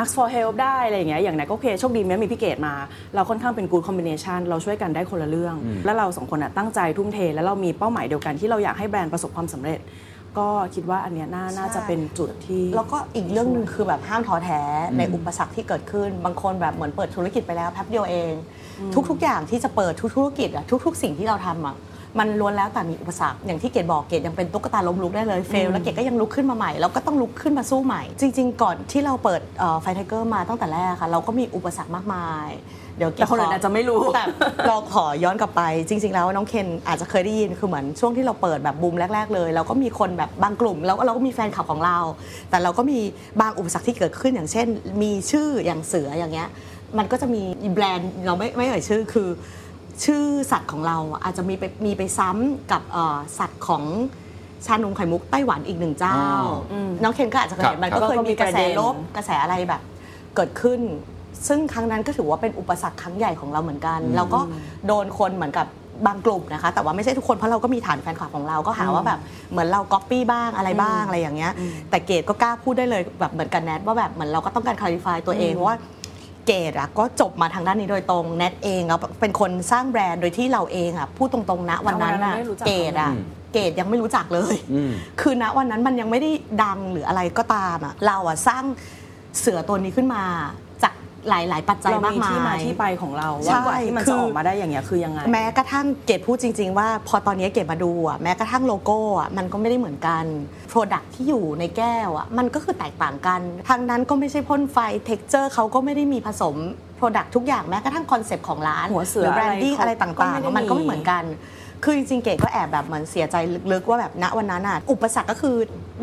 S3: ask for help ได้อะไรอย่างเงี้ยอย่างไหนก็โอเคโชคดีแม้มีพี่เกดมา เราค่อนข้างเป็น good combination เราช่วยกันได้คนละเรื่อง แล้วเราสองคนอ่ะตั้งใจทุ่มเท แล้วเรามีเป้าหมายเดียวกันที่เราอยากให้แบรนด์ประสบความสำเร็จ ก็คิดว่าอันเนี้ยน่าน่าจะเป็นจุดที่
S1: แล้วก็อีกเรื่องหนึ่งคือแบบห้ามท้อแท้ในอุปสรรคที่เกิดขึ้น บางคนแบบเหมือนเปิดธุรกิจไปแล้วแป๊บเดียวเอง ทุกๆ อย่างที่จะเปิดทุกธุรกิจอะทุก ๆ สิ่งที่เราทำอะมันล้วนแล้วแต่มีอุปสรรคอย่างที่เกดบอกเกดยังเป็นตุ๊กตาล้มลุกได้เลยเฟลแล้วเกดก็ยังลุกขึ้นมาใหม่แล้วก็ต้องลุกขึ้นมาสู้ใหม่ จริง ๆ ก่อนที่เราเปิดไฟไทเกอร์มาตั้งแต่แรกค่ะ เราก็มีอุปสรรคมากมาย เดี๋ยวเกด
S3: แต่คนอื่น
S1: ข
S3: อาจจะไม่รู้
S1: แต่ เราขอย้อนกลับไปจริง ๆ แล้วน้องเคนอาจจะเคยได้ยินคือเหมือนช่วงที่เราเปิดแบบบูมแรก ๆ เลยเราก็มีคนแบบบางกลุ่มแล้วเราก็มีแฟนคลับของเรา แต่เราก็มีบางอุปสรรคที่เกิดขึ้นอย่างเช่น มีชื่ออย่างเสืออย่างเงี้ยมันก็จะมีแบรนด์เราไม่ไม่เอ่ยชื่อคือ ชื่อสัตว์ของเราอะอาจจะมีไปมีไปซ้ำกับเอ่อสัตว์ของชานมไข่มุกไต้หวันอีกหนึ่งเจ้า น้องเคนก็อาจจะเคยเห็นมันก็เคยมีกระแสลบกระแสอะไรแบบ เกิดขึ้น ซึ่งครั้งนั้นก็ถือว่าเป็นอุปสรรคครั้งใหญ่ของเราเหมือนกัน แล้วก็โดนคนเหมือนกับบางกลุ่มนะคะ แต่ว่าไม่ใช่ทุกคนเพราะเราก็มีฐานแฟนคลับของเราก็หาว่าแบบเหมือนเราก๊อปปี้บ้างอะไรบ้างอะไรอย่างเงี้ย แต่เกดก็กล้าพูดได้เลยแบบเหมือนกันแนทว่าแบบเหมือนเราก็ต้องการคลาริฟายตัวเองเพราะว่าเกดอะก็จบมาทางด้านนี้โดยตรงแนทเองอะเป็นคนสร้างแบรนด์โดยที่เราเองอะพูดตรงๆนะวันนั้น
S3: เรา
S1: อะ
S3: ไม่ได้รู้จัก
S1: เกดอะเกดยังไม่รู้จักเลย
S2: อืม
S1: คือณวันนั้นมันยังไม่ได้ดังหรืออะไรก็ตามอ่ะเราอ่ะสร้างเสือตัวนี้ขึ้นมาจากหลาย ๆ ปัจจัย
S3: เรา
S1: มากมา
S3: มีที่มาย ที่ไปของเรา
S1: ใช่
S3: ว่ากว่าที่มัน
S1: คื
S3: จะ
S1: อ
S3: ออกมาได้อย่างเงี้ยคือยังไง
S1: แม้กระทั่งเกดพูดจริง ๆ ว่าพอตอนนี้เกดมาดูอ่ะแม้กระทั่งโลโก้อ่ะมันก็ไม่ได้เหมือนกันโปรดักที่อยู่ในแก้วอ่ะมันก็คือแตกต่างกันทางนั้นก็ไม่ใช่พ่นไฟเท็กเจอร์เขาก็ไม่ได้มีผสมโปรดักทุกอย่างแม้กระทั่งคอนเซปต์ของร้าน
S3: หัวเสือ
S1: หรือแบรนดิ้งอะ
S3: อะไร ไร
S1: ต่าง
S3: ก็
S1: ๆ
S3: ไม่ได้มี
S1: มันก็ไม่เหมือนกัน คือจริงๆเกดก็แอบแบบเหมือนเสียใจลึกๆว่าแบบณวันนั้นอ่ะอุปสรรคก็คือ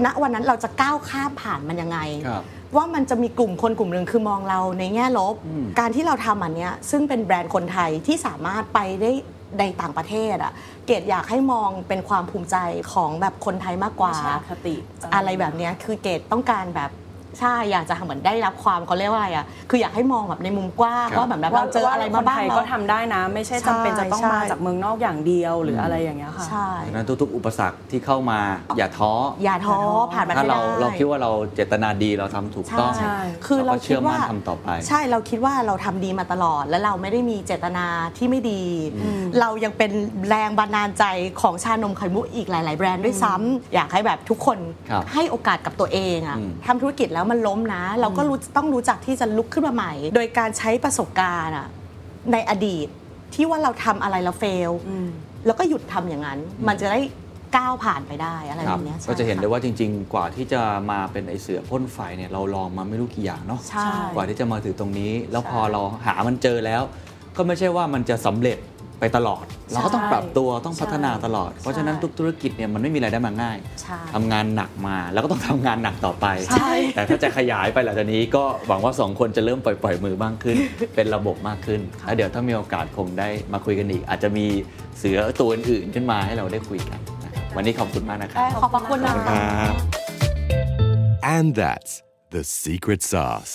S1: ณวันนั้นเราจะก้าวข้ามผ่านมันยังไง
S2: ครับ
S1: ว่ามันจะมีกลุ่มคนกลุ่มหนึ่งคือมองเราในแง่ลบ การที่เราทำอันเนี้ยซึ่งเป็นแบรนด์คนไทยที่สามารถไปได้ในต่างประเทศอะ่ะเกดอยากให้มองเป็นความภูมิใจของแบบคนไทยมากกว่า
S3: ใช่คติ
S1: อะไรแบบเนี้ยคือเกดต้องการแบบใช่อยากจะเหมือนได้รับความเขาเรียกว่าอะไรอะ่ะคืออยากให้มองแบบในมุมกว้าง
S2: ครับ
S1: ว่าแบบเราเจออะไรมาบ้าง
S3: คนไทย
S1: เนอะ
S3: ก็ทำได้นะ ไม่ใช่จำเป็น
S1: ใช่
S3: จะต้อง
S1: ใช่
S3: มาจากเมืองนอกอย่างเดียวหรืออะไรอย่างเงี้ยค่ะ
S1: ใช่
S2: ดังนั้นทุกๆ อุปสรรคที่เข้ามาอย่าท้ออ
S1: อย่าท้อผ่านมัน
S2: ถ้า
S1: ให้ได้
S2: เราเราคิดว่าเราเจตนาดีเราทำถูกต้อง
S1: ใช่
S3: ใช่
S1: คือเรา
S2: เราก็เชื่
S1: คิด
S2: อมั่
S1: ว่าน
S2: ทำต่อไป
S1: ใช่ เราคิดว่าเราทำดีมาตลอด และเราไม่ได้มีเจตนาที่ไม่ดี เรายังเป็นแรงบันดาลใจของชานมไข่มุกอีกหลาย ๆ แบรนด์ด้วยซ้ำอยากให้แบบทุกคน
S2: ครับ
S1: ให้โอกาสกับตัวเองอะ
S2: อืม
S1: ทำธุรกิจแล้วมันล้มนะ เราก็รู้ต้องรู้จักที่จะลุกขึ้นมาใหม่ โดยการใช้ประสบการณ์อะในอดีตที่ว่าเราทำอะไรแล้วเฟลแล้วก็หยุดทำอย่างนั้น มันจะได้ก้าวผ่านไปได้อะไร
S2: ค
S1: แบ
S2: รับบ
S1: นี้ยใช่
S2: ก็จะเห็น
S1: ค่
S2: ได้ว่าจริง ๆ กว่าที่จะมาเป็นไอเสือพ่นไฟเนี่ยเราลองมาไม่รู้กี่อย่างเนาะ
S1: ใช่
S2: กว่าที่จะมาถึงตรงนี้ แล้ว
S1: ใช่
S2: พอเราหามันเจอแล้ว ก็ไม่ใช่ว่ามันจะสำเร็จไปตลอด เราก็ต้องปรับตัวต้องพัฒนาตลอด เพราะฉะนั้นทุกธุรกิจเนี่ยมันไม่มีอะไรได้มาง่าย
S1: ใช่
S2: ทำงานหนักมาแล้วก็ต้องทำงานหนักต่อไป
S1: ใช่
S2: แต่ถ้าจะขยายไปหลังจากนี้ก็หวังว่าสองคนจะเริ่มปล่อยปล่อยมือบ้างขึ้น เป็นระบบมากขึ้นแล้วเดี๋ยวถ้ามีโอกาสคงได้มาคุยกันอีก อาจจะมีเสือตัวอื่นๆขึ้นมาให้เราได้คุยกันนะครับวันนี้ขอบคุณมากนะครับ
S1: ได้ขอบพระคุณนะคะ
S4: And that's the secret sauce.